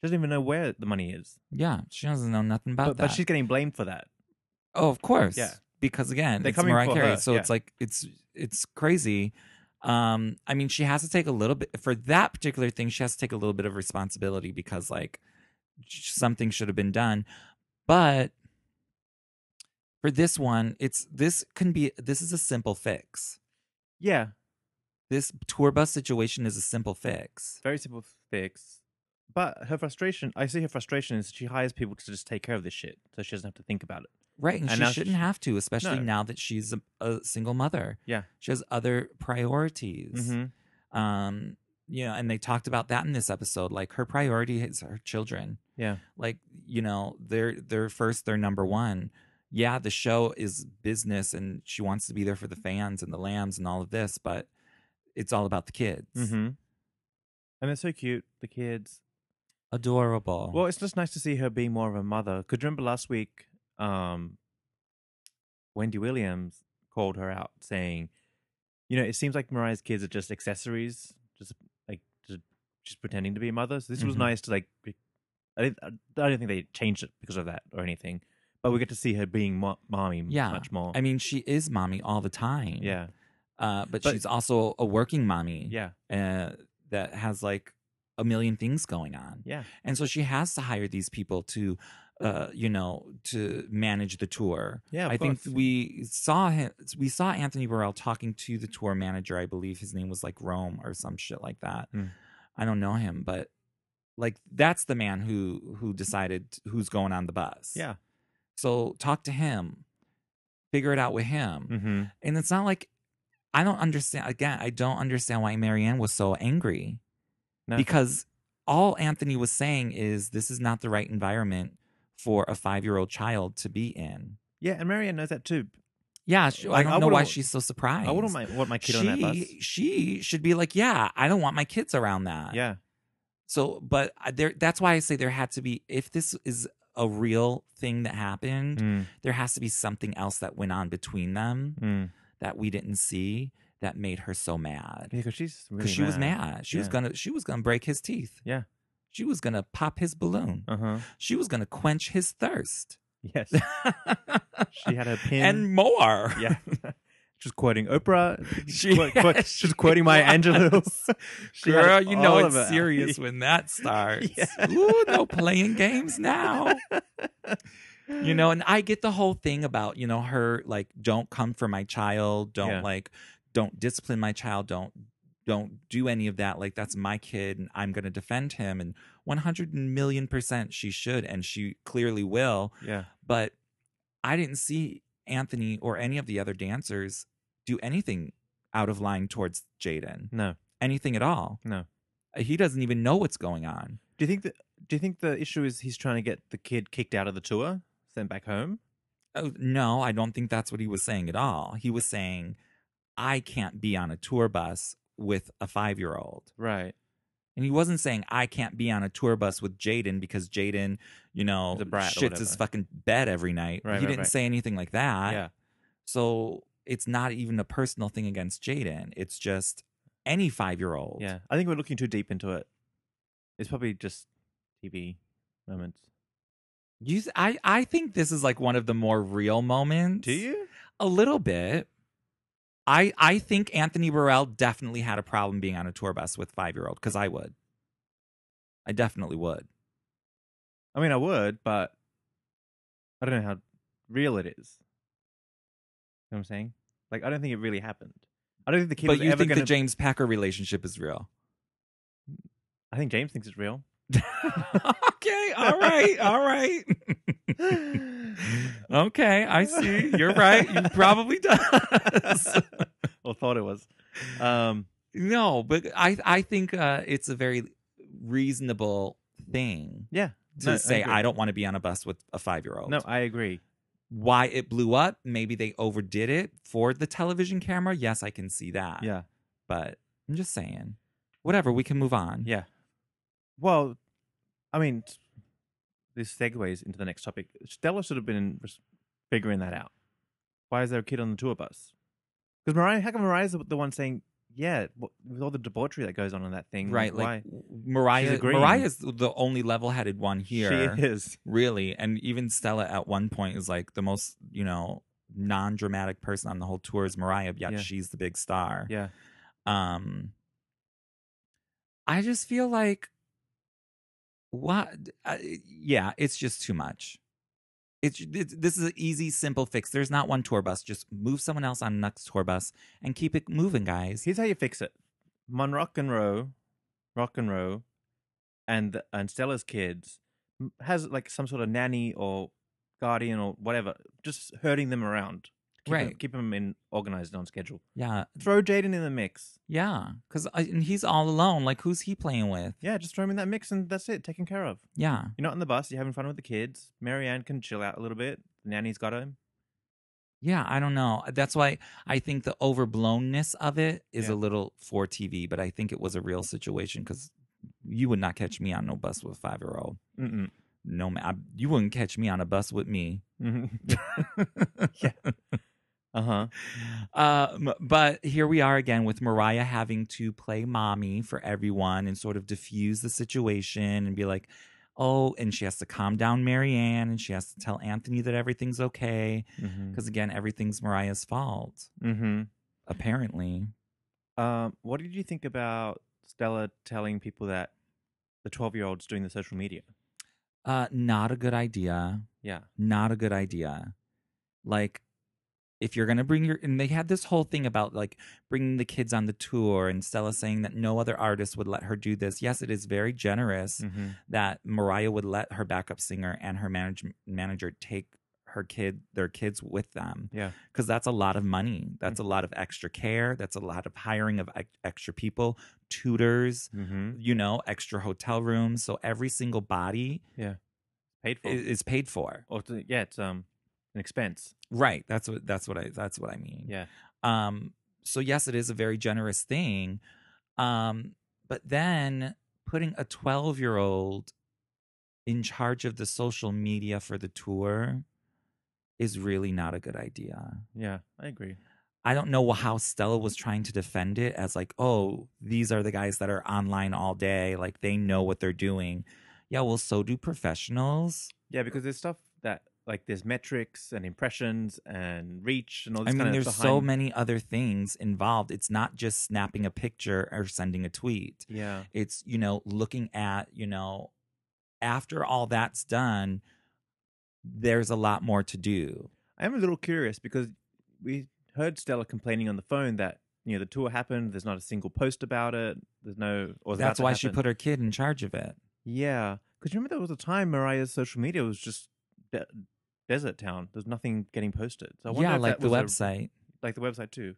Speaker 1: She doesn't even know where the money is.
Speaker 2: Yeah. She doesn't know nothing about
Speaker 1: But,
Speaker 2: that.
Speaker 1: but she's getting blamed for that.
Speaker 2: oh, of course.
Speaker 1: Yeah.
Speaker 2: Because again,
Speaker 1: They're
Speaker 2: it's
Speaker 1: coming
Speaker 2: Mariah
Speaker 1: for
Speaker 2: Carey.
Speaker 1: her,
Speaker 2: So
Speaker 1: uh, yeah.
Speaker 2: it's like it's it's crazy. Um, I mean, she has to take a little bit for that particular thing, she has to take a little bit of responsibility because like sh- something should have been done. But for this one, it's this can be this is a simple fix.
Speaker 1: Yeah,
Speaker 2: This tour bus situation is a simple fix.
Speaker 1: very simple fix. But her frustration, I see her frustration is she hires people to just take care of this shit, so she doesn't have to think about it.
Speaker 2: Right, and,
Speaker 1: And now
Speaker 2: she shouldn't
Speaker 1: she-
Speaker 2: have to, especially
Speaker 1: No.
Speaker 2: now that she's a, a single mother.
Speaker 1: Yeah.
Speaker 2: she has other priorities.
Speaker 1: Mhm.
Speaker 2: Um, you know, and they talked about that in this episode. Like her priority is her children.
Speaker 1: Yeah,
Speaker 2: Like you know, they're they're first, they're number one. Yeah, the show is business, and she wants to be there for the fans and the lambs and all of this, but it's all about the kids.
Speaker 1: mm-hmm. and they're so cute, the kids.
Speaker 2: Adorable.
Speaker 1: Well, it's just nice to see her being more of a mother. Could remember last week, um, Wendy Williams called her out saying, "You know, it seems like Mariah's kids are just accessories, just like just, just pretending to be a mother." So this was
Speaker 2: Mhm.
Speaker 1: nice to like. be- I didn't, I don't think they changed it because of that or anything, but we get to see her being mo- mommy m-
Speaker 2: Yeah.
Speaker 1: much more.
Speaker 2: I mean, she is mommy all the time.
Speaker 1: yeah,
Speaker 2: uh, but,
Speaker 1: But-
Speaker 2: she's also a working mommy.
Speaker 1: yeah,
Speaker 2: uh, that has like a million things going on.
Speaker 1: yeah,
Speaker 2: And so she has to hire these people to, uh, you know, to manage the tour.
Speaker 1: yeah. of
Speaker 2: I think
Speaker 1: course.
Speaker 2: we saw him, we saw Anthony Burrell talking to the tour manager. I believe his name was like Rome or some shit like that.
Speaker 1: Hmm.
Speaker 2: I don't know him, but like that's the man who who decided who's going on the bus.
Speaker 1: yeah.
Speaker 2: So talk to him, figure it out with him.
Speaker 1: Mm-hmm.
Speaker 2: And it's not like I don't understand. Again, I don't understand why Marianne was so angry
Speaker 1: No.
Speaker 2: because all Anthony was saying is this is not the right environment for a five year old child to be in.
Speaker 1: Yeah, and Marianne knows that too.
Speaker 2: Yeah, she,
Speaker 1: Like,
Speaker 2: I
Speaker 1: I
Speaker 2: don't know why
Speaker 1: wouldn't-
Speaker 2: she's so surprised.
Speaker 1: I wouldn't my, want my kid
Speaker 2: she,
Speaker 1: on that bus.
Speaker 2: she should be like, yeah, I don't want my kids around that.
Speaker 1: Yeah.
Speaker 2: So, but I- there, that's why I say there had to be, if this is a real thing that happened,
Speaker 1: Mm,
Speaker 2: there has to be something else that went on between them
Speaker 1: mm.
Speaker 2: that we didn't see that made her so mad.
Speaker 1: Yeah, because she's really
Speaker 2: because she was mad. She was
Speaker 1: Yeah.
Speaker 2: gonna she was gonna break his teeth.
Speaker 1: Yeah.
Speaker 2: She was gonna pop his balloon.
Speaker 1: Uh huh.
Speaker 2: She was gonna quench his thirst.
Speaker 1: Yes, she had her pin.
Speaker 2: and more.
Speaker 1: yeah, she was quoting Oprah.
Speaker 2: She-
Speaker 1: Quote- quote-
Speaker 2: yes,
Speaker 1: she was
Speaker 2: she
Speaker 1: quoting my
Speaker 2: was.
Speaker 1: Angelos. She had
Speaker 2: Girl, you know
Speaker 1: all
Speaker 2: it's
Speaker 1: of it.
Speaker 2: serious when that starts.
Speaker 1: Yeah.
Speaker 2: Ooh, no playing games now. you know and i get the whole thing about you know her like don't come for my child don't
Speaker 1: Yeah.
Speaker 2: like don't discipline my child don't don't do any of that like that's my kid and i'm going to defend him and 100 million percent she should and she clearly will
Speaker 1: yeah.
Speaker 2: but i didn't see anthony or any of the other dancers do anything out of line towards jaden
Speaker 1: No.
Speaker 2: anything at all Uh,
Speaker 1: No.
Speaker 2: he doesn't even know what's going on
Speaker 1: Do you think that? Do you think the issue is he's trying to get the kid kicked out of the tour, sent back home?
Speaker 2: Oh, no, I don't think that's what he was saying at all. He was saying, I can't be on a tour bus with a five year old.
Speaker 1: Right.
Speaker 2: And he wasn't saying, I can't be on a tour bus with Jaden because Jaden, you know,
Speaker 1: He's a brat or
Speaker 2: shits his
Speaker 1: whatever.
Speaker 2: fucking bed every night.
Speaker 1: Right,
Speaker 2: he
Speaker 1: right,
Speaker 2: didn't
Speaker 1: right.
Speaker 2: say anything like that.
Speaker 1: yeah.
Speaker 2: So it's not even a personal thing against Jaden. It's just any five year old.
Speaker 1: Yeah. I think we're looking too deep into it. It's probably just TV moments.
Speaker 2: You, I, I think this is like one of the more real moments.
Speaker 1: Do you?
Speaker 2: A little bit. I I think Anthony Burrell definitely had a problem being on a tour bus with five year old because I would. I definitely would.
Speaker 1: I mean, I would, but I don't know how real it is. You know what I'm saying? Like, I don't think it really happened. I don't think the kid
Speaker 2: but
Speaker 1: was
Speaker 2: you
Speaker 1: ever
Speaker 2: think
Speaker 1: going
Speaker 2: the James Packer relationship is real?
Speaker 1: I think James thinks it's real.
Speaker 2: okay, all right, all right. okay, I see. You're right. You probably does.
Speaker 1: or thought it was. Um,
Speaker 2: no, but I I think uh, it's a very reasonable thing
Speaker 1: yeah.
Speaker 2: to
Speaker 1: No, I
Speaker 2: say
Speaker 1: agree.
Speaker 2: I don't want to be on a bus with a five year old.
Speaker 1: No, I agree.
Speaker 2: why it blew up. Maybe they overdid it for the television camera. Yes, I can see that.
Speaker 1: Yeah.
Speaker 2: But I'm just saying, whatever, we can move on.
Speaker 1: Yeah. Well, I mean, t- this segues into the next topic. Stella should have been res- figuring that out. Why is there a kid on the tour bus? Because Mariah, how come Mariah's the- the one saying, yeah, wh- with all the debauchery that goes on in that thing?
Speaker 2: Right.
Speaker 1: why?
Speaker 2: Like Mariah,
Speaker 1: She's agreeing.
Speaker 2: Mariah's the only level headed one here.
Speaker 1: She is.
Speaker 2: Really. And even Stella at one point is like the most, you know, non dramatic person on the whole tour is Mariah, yet
Speaker 1: Yeah.
Speaker 2: she's the big star.
Speaker 1: Yeah.
Speaker 2: um i just feel like what I, yeah it's just too much it's, it's this is an easy simple fix there's not one tour bus just move someone else on next tour bus and keep it moving guys
Speaker 1: Here's how you fix it Monrock and Row, Rock and Row, and, the- and Stella's kids m- has like some sort of nanny or guardian or whatever, just herding them around. Keep 'em-
Speaker 2: Right.
Speaker 1: keep them in organized and on schedule.
Speaker 2: yeah
Speaker 1: Throw Jaden in the mix.
Speaker 2: yeah because and he's all alone like who's he playing with
Speaker 1: Yeah, just throw him in that mix and that's it, taken care of.
Speaker 2: yeah
Speaker 1: You're not on the bus, you're having fun with the kids. Marianne can chill out a little bit. nanny's got him.
Speaker 2: yeah i don't know that's why i think the overblownness of it is
Speaker 1: Yeah.
Speaker 2: a little for tv but i think it was a real situation because you would not catch me on no bus with a five year old
Speaker 1: Mm-mm.
Speaker 2: no man, I, you wouldn't catch me on a bus with me.
Speaker 1: yeah. Uh huh.
Speaker 2: Um, but here we are again with Mariah having to play mommy for everyone and sort of diffuse the situation and be like, oh, and she has to calm down Marianne and she has to tell Anthony that everything's okay.
Speaker 1: Mm-hmm.
Speaker 2: Because again, everything's Mariah's fault,
Speaker 1: mm-hmm.
Speaker 2: apparently.
Speaker 1: Um, what did you think about Stella telling people that the 12 year old's doing the social media?
Speaker 2: Uh, not a good idea.
Speaker 1: Yeah.
Speaker 2: not a good idea. Like, if you're gonna bring your and they had this whole thing about like bringing the kids on the tour and Stella saying that no other artist would let her do this. Yes, it is very generous
Speaker 1: Mm-hmm.
Speaker 2: that Mariah would let her backup singer and her manage, manager take her kid their kids with them
Speaker 1: Yeah.
Speaker 2: because that's a lot of money. That's a lot of extra care. That's a lot of hiring of ex- extra people, tutors,
Speaker 1: Mm-hmm.
Speaker 2: you know, extra hotel rooms. So every single body
Speaker 1: Paid for.
Speaker 2: i- is paid for.
Speaker 1: or to, yeah, it's um an expense.
Speaker 2: Right. That's what that's what I that's what I mean.
Speaker 1: Yeah.
Speaker 2: Um so yes, it is a very generous thing. Um but then putting a 12-year-old in charge of the social media for the tour is really not a good idea.
Speaker 1: Yeah. I agree.
Speaker 2: I don't know how Stella was trying to defend it as like, "Oh, these are the guys that are online all day, like they know what they're doing." Yeah, well, so do professionals.
Speaker 1: Yeah, because there's stuff that like there's metrics and impressions and reach and all
Speaker 2: I
Speaker 1: this
Speaker 2: mean,
Speaker 1: kind of
Speaker 2: there's
Speaker 1: behind...
Speaker 2: so many other things involved. It's not just snapping a picture or sending a tweet.
Speaker 1: Yeah.
Speaker 2: It's, you know, looking at, you know, after all that's done, there's a lot more to do.
Speaker 1: I am a little curious because we heard Stella complaining on the phone that you know the tour happened. There's not a single post about it. There's no. Or it's about
Speaker 2: That's
Speaker 1: to
Speaker 2: why she
Speaker 1: happen.
Speaker 2: put her kid in charge of it.
Speaker 1: Yeah, because remember there was a time Mariah's social media was just de- desert town. There's nothing getting posted. So I wonder
Speaker 2: yeah,
Speaker 1: if
Speaker 2: like
Speaker 1: that
Speaker 2: the
Speaker 1: was a-
Speaker 2: website.
Speaker 1: like the website too.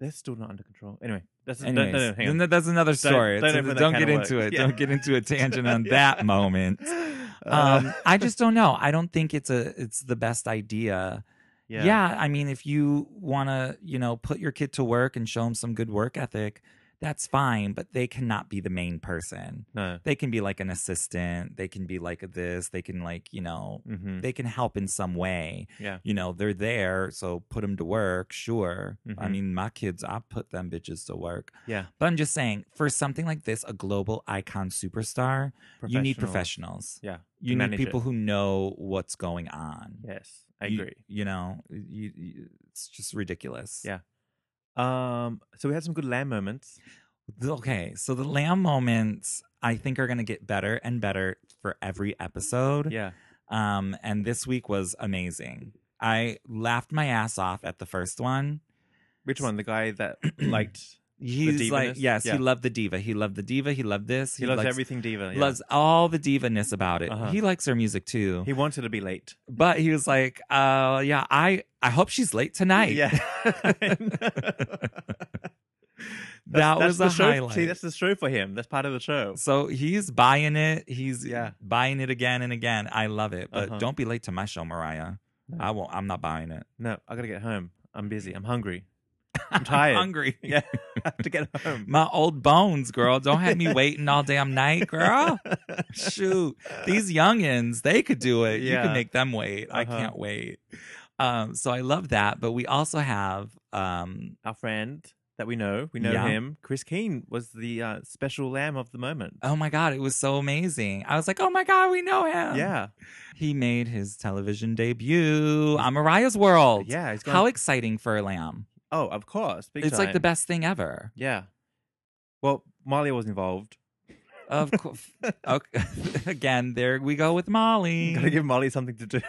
Speaker 1: They're still not under control. Anyway, that's no, no,
Speaker 2: Anyways,
Speaker 1: no, hang on.
Speaker 2: then that- that's another story.
Speaker 1: don't
Speaker 2: It's-
Speaker 1: open that
Speaker 2: don't
Speaker 1: can
Speaker 2: get
Speaker 1: of
Speaker 2: into
Speaker 1: worms.
Speaker 2: it.
Speaker 1: Yeah.
Speaker 2: Don't get into a tangent on that moment.
Speaker 1: Uh,
Speaker 2: Um, I just don't know. I don't think it's a it's the best idea. Yeah. I mean, if you want to, you know, put your kid to work and show them some good work ethic, that's fine. But they cannot be the main person.
Speaker 1: No.
Speaker 2: They can be like an assistant. They can be like this. They can like you know,
Speaker 1: Mm-hmm.
Speaker 2: they can help in some way.
Speaker 1: Yeah.
Speaker 2: You know, they're there, so put them to work. Sure. I
Speaker 1: Mhm.
Speaker 2: mean, my kids, I put them bitches to work.
Speaker 1: Yeah.
Speaker 2: But I'm just saying, for something like this, a global icon superstar, you need professionals.
Speaker 1: Yeah,
Speaker 2: You need
Speaker 1: manage it.
Speaker 2: people who know what's going on.
Speaker 1: Yes, I
Speaker 2: You-
Speaker 1: agree.
Speaker 2: You know, you, you- it's just ridiculous.
Speaker 1: Yeah. Um, so we had some good lamb moments.
Speaker 2: Okay, so the lamb moments I think are going to get better and better for every episode.
Speaker 1: Yeah.
Speaker 2: Um, and this week was amazing. I laughed my ass off at the first one.
Speaker 1: Which one? The guy that liked.
Speaker 2: He's like,
Speaker 1: divaness?
Speaker 2: yes,
Speaker 1: Yeah.
Speaker 2: he loved the diva. He loved the diva. He loved this.
Speaker 1: He, loves
Speaker 2: likes-
Speaker 1: everything diva. yeah.
Speaker 2: Loves all the divaness about it.
Speaker 1: Uh-huh.
Speaker 2: He likes her music too.
Speaker 1: He wanted to be late.
Speaker 2: but he was like, uh, yeah, I, I hope she's late tonight.
Speaker 1: Yeah.
Speaker 2: that
Speaker 1: That's
Speaker 2: was
Speaker 1: the
Speaker 2: a
Speaker 1: show.
Speaker 2: highlight.
Speaker 1: See, that's the show for him. That's part of the show.
Speaker 2: so he's buying it. He's
Speaker 1: Yeah.
Speaker 2: buying it again and again. I love it. But
Speaker 1: Uh-huh.
Speaker 2: don't be late to my show, Mariah. I won't. I'm not buying it.
Speaker 1: No, I gotta get home. I'm busy. I'm hungry. I'm tired.
Speaker 2: hungry.
Speaker 1: Yeah, I have to get home.
Speaker 2: My old bones, girl. Don't have me waiting all damn night, girl. Shoot. These youngins, they could do it. You
Speaker 1: Yeah.
Speaker 2: can make them wait. I
Speaker 1: Uh-huh.
Speaker 2: can't wait. Um, so I love that. But we also have um
Speaker 1: Our friend that we know, we know
Speaker 2: Yeah.
Speaker 1: him. Chris Keane was the uh, special lamb of the moment.
Speaker 2: oh my god, it was so amazing. I was like, Oh my god, we know him.
Speaker 1: yeah,
Speaker 2: He made his television debut on Mariah's World.
Speaker 1: yeah. He's going,
Speaker 2: How exciting for Lamb.
Speaker 1: oh, of course. Big
Speaker 2: It's like the
Speaker 1: time.
Speaker 2: best thing ever.
Speaker 1: Yeah. Well, Molly was involved.
Speaker 2: Of course. okay. Again, there we go with Molly.
Speaker 1: Gotta give Molly something to do.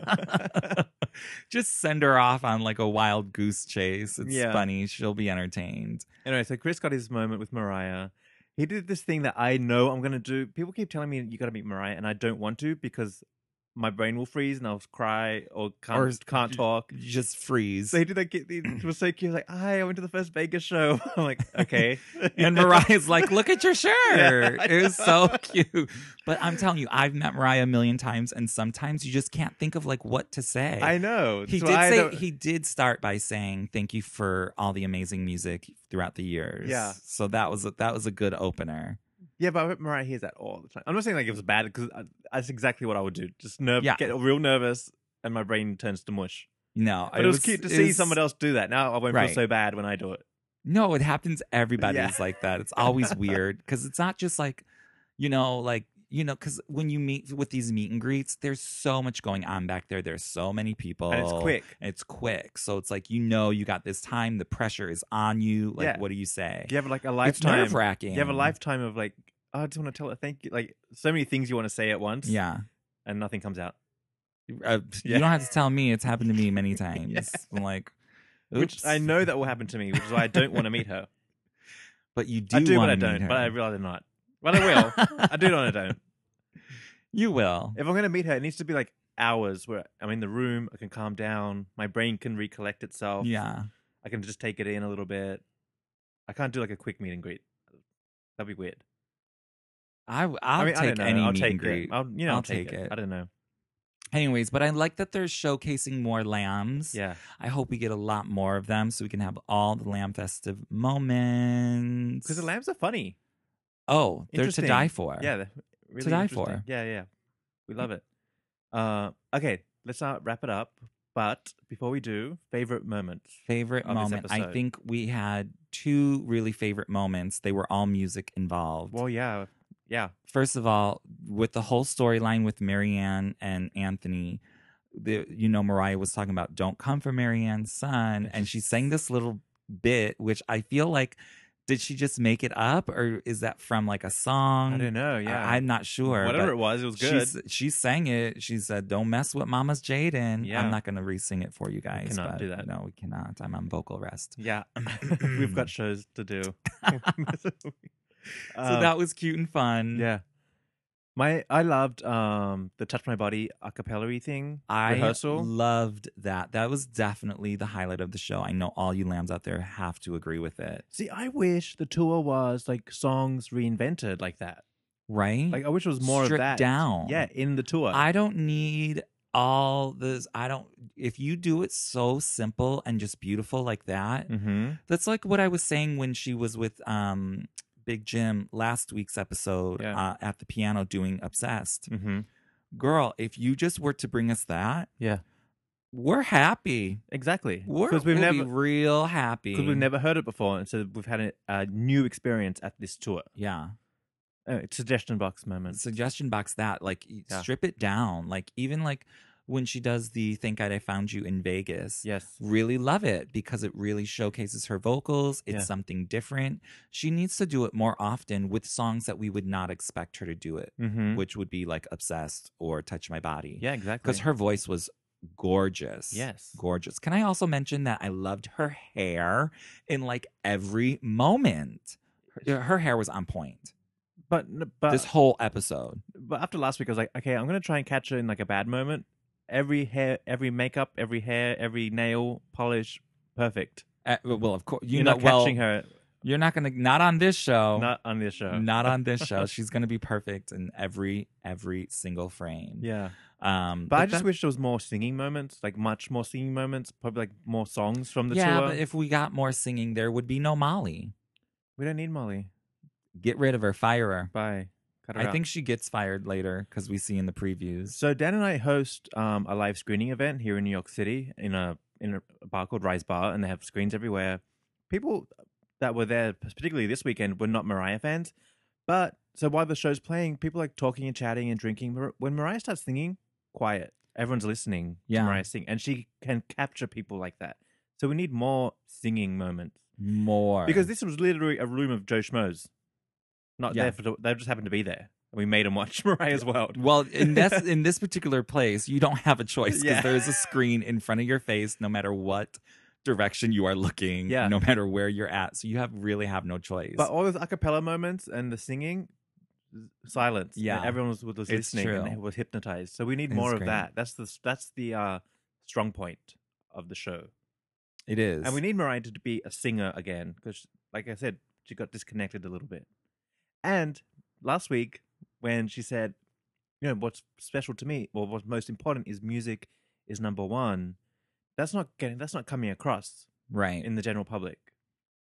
Speaker 2: just send her off on like a wild goose chase. It's
Speaker 1: Yeah.
Speaker 2: funny. She'll be entertained.
Speaker 1: anyway, so Chris got his moment with Mariah. He did this thing that I know I'm gonna do. People keep telling me you gotta meet Mariah, and I don't want to because my brain will freeze and I'll cry or can't
Speaker 2: Or-
Speaker 1: can't talk.
Speaker 2: Just freeze.
Speaker 1: So he did that. Kid, he was so cute. Like, hi, I went to the first Vegas show. I'm like, okay.
Speaker 2: and Mariah's like, look at your shirt.
Speaker 1: Yeah, I
Speaker 2: it was so
Speaker 1: know.
Speaker 2: cute. But I'm telling you, I've met Mariah a million times, and sometimes you just can't think of like what to say.
Speaker 1: I know.
Speaker 2: he
Speaker 1: So
Speaker 2: did
Speaker 1: I
Speaker 2: say
Speaker 1: don't-
Speaker 2: he did start by saying thank you for all the amazing music throughout the years.
Speaker 1: Yeah.
Speaker 2: So that was a, that was a good opener.
Speaker 1: Yeah, but I bet Mariah hears that all the time. I'm not saying like it was bad because that's exactly what I would do. Just nerve,
Speaker 2: Yeah.
Speaker 1: get real nervous, and my brain turns to mush.
Speaker 2: No,
Speaker 1: But it, was, cute to
Speaker 2: it
Speaker 1: see
Speaker 2: was-
Speaker 1: someone else do that. Now I won't
Speaker 2: Right.
Speaker 1: feel so bad when I do it.
Speaker 2: No, it happens. Everybody's
Speaker 1: Yeah.
Speaker 2: like that. It's always weird because it's not just like, you know, like, you know, because when you meet with these meet and greets, there's so much going on back there. There's so many people.
Speaker 1: And it's quick.
Speaker 2: And It's quick. So it's like, you know, you got this time. The pressure is on you. Like,
Speaker 1: Yeah.
Speaker 2: what do you say?
Speaker 1: You have like a
Speaker 2: it's
Speaker 1: lifetime.
Speaker 2: nerve wracking.
Speaker 1: You have a lifetime of like, oh, I just want to tell her thank you. Like so many things you want to say at once,
Speaker 2: Yeah.
Speaker 1: and nothing comes out.
Speaker 2: Uh,
Speaker 1: Yeah.
Speaker 2: You don't have to tell me. It's happened to me many times. I'm like,
Speaker 1: Which I
Speaker 2: oops.
Speaker 1: know that will happen to me, which is why I don't want to meet her.
Speaker 2: But you do.
Speaker 1: I do, but
Speaker 2: wanna
Speaker 1: I
Speaker 2: meet
Speaker 1: don't.
Speaker 2: her.
Speaker 1: But I rather not. But I will. I do, but I don't.
Speaker 2: You will.
Speaker 1: If I'm going to meet her, it needs to be like hours where I'm in the room, I can calm down, my brain can recollect itself.
Speaker 2: Yeah.
Speaker 1: I can just take it in a little bit. I can't do like a quick meet and greet. That'd be weird.
Speaker 2: I, I'll
Speaker 1: I mean, I
Speaker 2: take
Speaker 1: don't know.
Speaker 2: any
Speaker 1: I'll
Speaker 2: meet
Speaker 1: take
Speaker 2: and greet.
Speaker 1: It. Uh, I'll, you know,
Speaker 2: I'll
Speaker 1: I'll take,
Speaker 2: take
Speaker 1: it.
Speaker 2: it.
Speaker 1: I don't know.
Speaker 2: Anyways, but I like that they're showcasing more lambs.
Speaker 1: Yeah.
Speaker 2: I hope we get a lot more of them so we can have all the lamb festive moments.
Speaker 1: Because the lambs are funny.
Speaker 2: Oh, they're to
Speaker 1: Interesting.
Speaker 2: die for.
Speaker 1: Yeah. they're Really
Speaker 2: die
Speaker 1: interesting.
Speaker 2: for. Hm.
Speaker 1: Yeah, yeah. We love it. Uh, okay, let's not wrap it up. But before we do, favorite moments.
Speaker 2: Favorite
Speaker 1: Of this
Speaker 2: moment. I
Speaker 1: episode.
Speaker 2: think we had two really favorite moments. They were all music involved.
Speaker 1: Well, yeah. Yeah.
Speaker 2: First of all, with the whole storyline with Marianne and Anthony, the, you know, Mariah was talking about Don't Come for Marianne's Son, and she sang this little bit, which I feel like Did she just make it up, or is that from like a song?
Speaker 1: I don't know. Yeah,
Speaker 2: Um, I, am not sure.
Speaker 1: whatever
Speaker 2: but
Speaker 1: it was, it was good.
Speaker 2: She, s- she sang it. She said, "Don't mess with Mama's Jaden."
Speaker 1: Yeah.
Speaker 2: I'm not gonna re-sing it for you guys.
Speaker 1: cannot
Speaker 2: but
Speaker 1: do that.
Speaker 2: No, we cannot. I'm on vocal rest.
Speaker 1: Yeah, we've got shows to do. Uh,
Speaker 2: so that was cute and fun.
Speaker 1: yeah. My I loved um the touch my body a cappella thing
Speaker 2: I
Speaker 1: rehearsal.
Speaker 2: loved that. That was definitely the highlight of the show. I know all you lambs out there have to agree with it,
Speaker 1: See, I wish the tour was like songs reinvented like that.
Speaker 2: right?
Speaker 1: Like uh, I wish it was more
Speaker 2: Mm, Stripped
Speaker 1: of that.
Speaker 2: down.
Speaker 1: Yeah, in the tour.
Speaker 2: I don't need all this. I don't. If you do it so simple and just beautiful like that,
Speaker 1: mm-hmm.
Speaker 2: that's like what I was saying when she was with um Big Jim last week's episode
Speaker 1: Yeah.
Speaker 2: uh, at the piano doing Obsessed.
Speaker 1: Mm-hmm.
Speaker 2: Girl, if you just were to bring us that,
Speaker 1: Yeah.
Speaker 2: we're happy.
Speaker 1: Exactly.
Speaker 2: We're
Speaker 1: Because we've
Speaker 2: we'll
Speaker 1: never
Speaker 2: be real happy.
Speaker 1: because we've never heard it before, and so we've had a, a new experience at this tour.
Speaker 2: Yeah.
Speaker 1: Uh, suggestion box moment.
Speaker 2: suggestion box that like y-
Speaker 1: Yeah.
Speaker 2: strip it down like even like when she does the thank god i found you in vegas
Speaker 1: Yes.
Speaker 2: really love it because it really showcases her vocals it's
Speaker 1: Yeah.
Speaker 2: something different she needs to do it more often with songs that we would not expect her to do it
Speaker 1: Mm-hmm.
Speaker 2: which would be like obsessed or touch my body
Speaker 1: Yeah, exactly.
Speaker 2: because her voice was gorgeous
Speaker 1: Yes.
Speaker 2: gorgeous can i also mention that i loved her hair in like every moment her, her hair was on point
Speaker 1: but but
Speaker 2: this whole episode
Speaker 1: but after last week, I was like, okay, I'm gonna try and catch her in like a bad moment. Every hair, every makeup, every hair, every nail polish, perfect.
Speaker 2: Uh, well, of course, you
Speaker 1: You're
Speaker 2: know.
Speaker 1: not
Speaker 2: well,
Speaker 1: catching her,
Speaker 2: you're not gonna not on this show.
Speaker 1: not on this show.
Speaker 2: Not on this show. She's gonna be perfect in every every single frame.
Speaker 1: Yeah,
Speaker 2: Um,
Speaker 1: but, I just
Speaker 2: that-
Speaker 1: wish there was more singing moments, like much more singing moments, probably like more songs from the
Speaker 2: yeah,
Speaker 1: tour.
Speaker 2: but if we got more singing, there would be no Molly.
Speaker 1: we don't need Molly.
Speaker 2: Get rid of her. Fire her.
Speaker 1: Bye. Cut her
Speaker 2: I
Speaker 1: out.
Speaker 2: think she gets fired later because we see in the previews.
Speaker 1: So Dan and I host um, a live screening event here in New York City in a in a bar called Rise Bar, and they have screens everywhere. People that were there, particularly this weekend, were not Mariah fans, but so while the show's playing, people like talking and chatting and drinking. Mar- When Mariah starts singing, quiet. Everyone's listening
Speaker 2: Yeah.
Speaker 1: to Mariah sing, and she can capture people like that. So we need more singing moments
Speaker 2: More
Speaker 1: because this was literally a room of Joe Schmoes, not
Speaker 2: Yeah.
Speaker 1: there for they just happened to be there. We made them watch Mariah's World.
Speaker 2: well, in this in this particular place, you don't have a choice because
Speaker 1: Yeah.
Speaker 2: there is a screen in front of your face, no matter what direction you are looking.
Speaker 1: Yeah.
Speaker 2: No matter where you're at, so you have really have no choice.
Speaker 1: But all those a cappella moments and the singing, s- silence. And
Speaker 2: Yeah.
Speaker 1: everyone was, was listening
Speaker 2: true.
Speaker 1: and was hypnotized. So we need
Speaker 2: It's
Speaker 1: more
Speaker 2: great.
Speaker 1: of that. That's the that's the uh, strong point of the show.
Speaker 2: it is,
Speaker 1: And we need Mariah to be a singer again because, like I said, she got disconnected a little bit. And last week when she said, "You know what's special to me, or what's most important is music is number one." That's not getting. That's not coming across
Speaker 2: right.
Speaker 1: in the general public.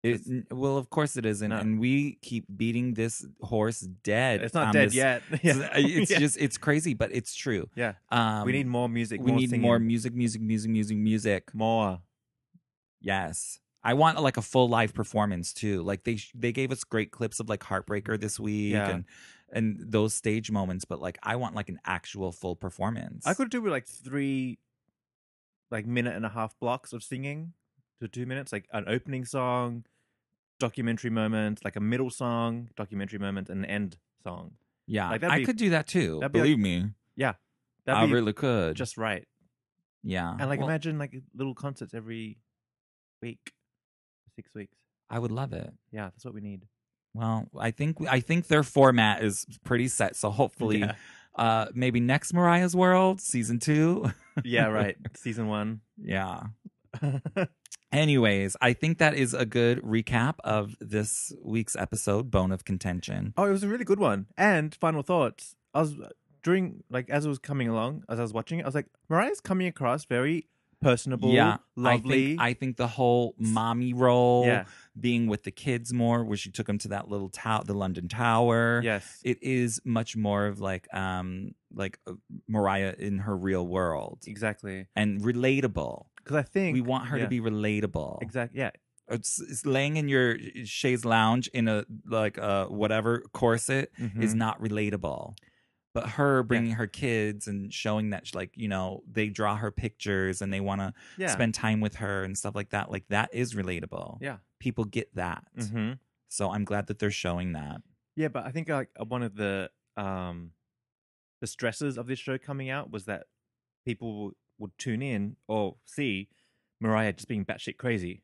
Speaker 2: It, n- well, of course it isn't,
Speaker 1: No.
Speaker 2: and we keep beating this horse dead.
Speaker 1: It's not
Speaker 2: on
Speaker 1: dead
Speaker 2: this-
Speaker 1: yet.
Speaker 2: It's- uh, It's
Speaker 1: Yeah.
Speaker 2: just it's crazy, but it's true.
Speaker 1: yeah.
Speaker 2: Um,
Speaker 1: we need more music.
Speaker 2: we
Speaker 1: more
Speaker 2: need
Speaker 1: singing,
Speaker 2: more music, music, music, music, music.
Speaker 1: more.
Speaker 2: Yes, I want like a full live performance too. Like they sh- they gave us great clips of like Heartbreaker this week
Speaker 1: Yeah.
Speaker 2: and and those stage moments, but like I want like an actual full performance.
Speaker 1: I could do with like three, like minute and a half blocks of singing to two minutes, like an opening song, documentary moment, like a middle song, documentary moment, and an end song.
Speaker 2: yeah,
Speaker 1: like, that'd
Speaker 2: I
Speaker 1: be-
Speaker 2: could do that too.
Speaker 1: that'd be, like,
Speaker 2: Believe me,
Speaker 1: That'd
Speaker 2: I
Speaker 1: be
Speaker 2: Ah, really could.
Speaker 1: just right.
Speaker 2: yeah,
Speaker 1: And like
Speaker 2: Well,
Speaker 1: imagine like little concerts every week, six weeks.
Speaker 2: I would love it.
Speaker 1: Yeah, that's what we need.
Speaker 2: Well, I think I think their format is pretty set. So hopefully,
Speaker 1: Yeah,
Speaker 2: uh, maybe next Mariah's World season two.
Speaker 1: yeah right. Season one.
Speaker 2: yeah. Anyways, I think that is a good recap of this week's episode, Bone of Contention.
Speaker 1: Oh, it was a really good one. And final thoughts. I was uh, during like as it was coming along, as I was watching it, I was like, Mariah's coming across very personable,
Speaker 2: yeah, I
Speaker 1: lovely.
Speaker 2: think, I think the whole mommy role,
Speaker 1: yeah,
Speaker 2: being with the kids more, where she took them to that little tower, the London Tower.
Speaker 1: yes,
Speaker 2: It is much more of like, um, like uh, Mariah in her real world
Speaker 1: exactly.
Speaker 2: and relatable.
Speaker 1: Because I think
Speaker 2: We want her
Speaker 1: yeah,
Speaker 2: to be relatable.
Speaker 1: exactly. Yeah,
Speaker 2: it's, it's uh, laying in your chaise lounge in a like uh whatever corset is
Speaker 1: Mhm.
Speaker 2: not relatable but her bringing her kids and showing that like you know they draw her pictures and they want to
Speaker 1: yeah.
Speaker 2: spend time with her and stuff like that like that is relatable
Speaker 1: Yeah.
Speaker 2: people get that
Speaker 1: Mhm.
Speaker 2: So I'm glad that they're showing that.
Speaker 1: Yeah, but I think like uh, one of the um the stresses of this show coming out was that people w- would tune in or see Mariah just being batshit crazy.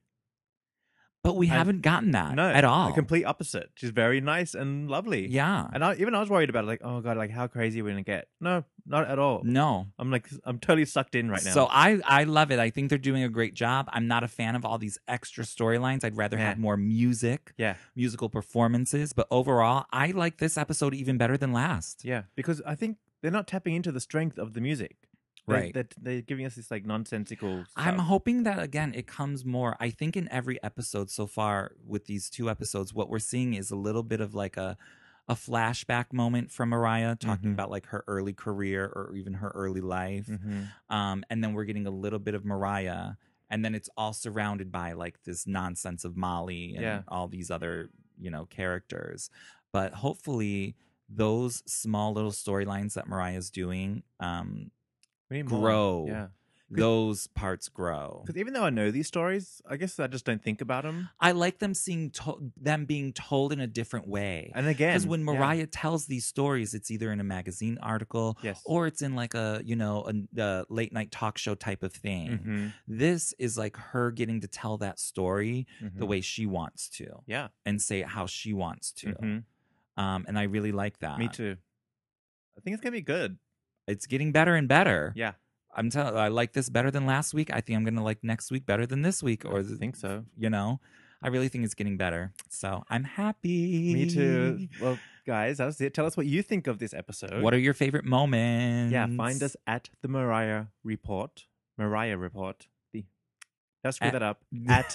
Speaker 2: But we
Speaker 1: And-
Speaker 2: haven't gotten that
Speaker 1: no,
Speaker 2: at all.
Speaker 1: The complete opposite. She's very nice and lovely.
Speaker 2: yeah.
Speaker 1: And I, even I was worried about it, like, oh god, like how crazy are we gonna get? No, not at all.
Speaker 2: No.
Speaker 1: I'm like, I'm totally sucked in right now.
Speaker 2: So I I love it. I think they're doing a great job. I'm not a fan of all these extra storylines. I'd rather have
Speaker 1: Yeah.
Speaker 2: more music,
Speaker 1: yeah,
Speaker 2: musical performances, but overall, I like this episode even better than last.
Speaker 1: yeah, because I think they're not tapping into the strength of the music. They-
Speaker 2: Right.
Speaker 1: They're, they're giving us this like nonsensical.
Speaker 2: I'm
Speaker 1: stuff.
Speaker 2: hoping that again it comes more. I think in every episode so far with these two episodes what we're seeing is a little bit of like a a flashback moment from Mariah talking
Speaker 1: Mhm.
Speaker 2: about like her early career or even her early life.
Speaker 1: Mhm.
Speaker 2: um, and then we're getting a little bit of Mariah, and then it's all surrounded by like this nonsense of Molly and
Speaker 1: Yeah.
Speaker 2: all these other you know characters. But hopefully, those small little storylines that Mariah's doing, um,
Speaker 1: We need more.
Speaker 2: grow.
Speaker 1: Yeah.
Speaker 2: those parts grow.
Speaker 1: Because even though I know these stories, I guess I just don't think about them.
Speaker 2: I like them seeing to- them being told in a different way.
Speaker 1: And again,
Speaker 2: Because when
Speaker 1: yeah.
Speaker 2: Mariah tells these stories, it's either in a magazine article
Speaker 1: yes,
Speaker 2: or it's in like a you know a, a late night talk show type of thing.
Speaker 1: Mhm,
Speaker 2: this is like her getting to tell that story the
Speaker 1: mhm.
Speaker 2: way she wants to
Speaker 1: yeah,
Speaker 2: and say it how she wants to
Speaker 1: mhm.
Speaker 2: um and i really like that
Speaker 1: me too. I think it's gonna be good.
Speaker 2: it's getting better and better
Speaker 1: Yeah,
Speaker 2: i'm telling i like this better than last week i think i'm gonna like next week better than this week or
Speaker 1: I think so.
Speaker 2: you know i really think it's getting better so i'm happy
Speaker 1: Me too. Well, guys, that's it. Tell us what you think of this episode.
Speaker 2: what are your favorite moments
Speaker 1: yeah, find us at the Mariah Report. Mariah Report. The that screwed
Speaker 2: At-
Speaker 1: that up. At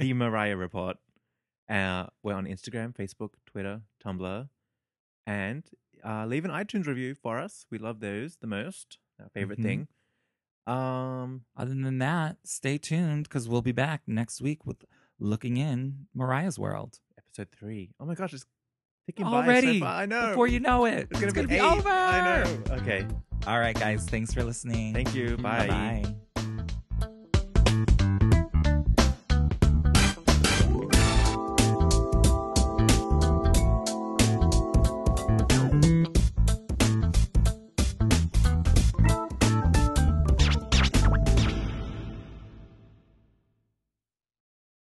Speaker 1: the Mariah Report. Uh, we're on Instagram, Facebook, Twitter, Tumblr, and uh, leave an iTunes review for us. We love those the most. Our favorite
Speaker 2: Mhm.
Speaker 1: thing. Um,
Speaker 2: other than that stay tuned because we'll be back next week with looking in mariah's world
Speaker 1: episode three. Oh my gosh, it's ticking
Speaker 2: Already,
Speaker 1: by so far. I know.
Speaker 2: before you know it
Speaker 1: it's gonna, Oh, be, eight.
Speaker 2: over
Speaker 1: I know. Okay.
Speaker 2: All right, guys. Thanks for listening.
Speaker 1: Thank you. Bye.
Speaker 2: Bye.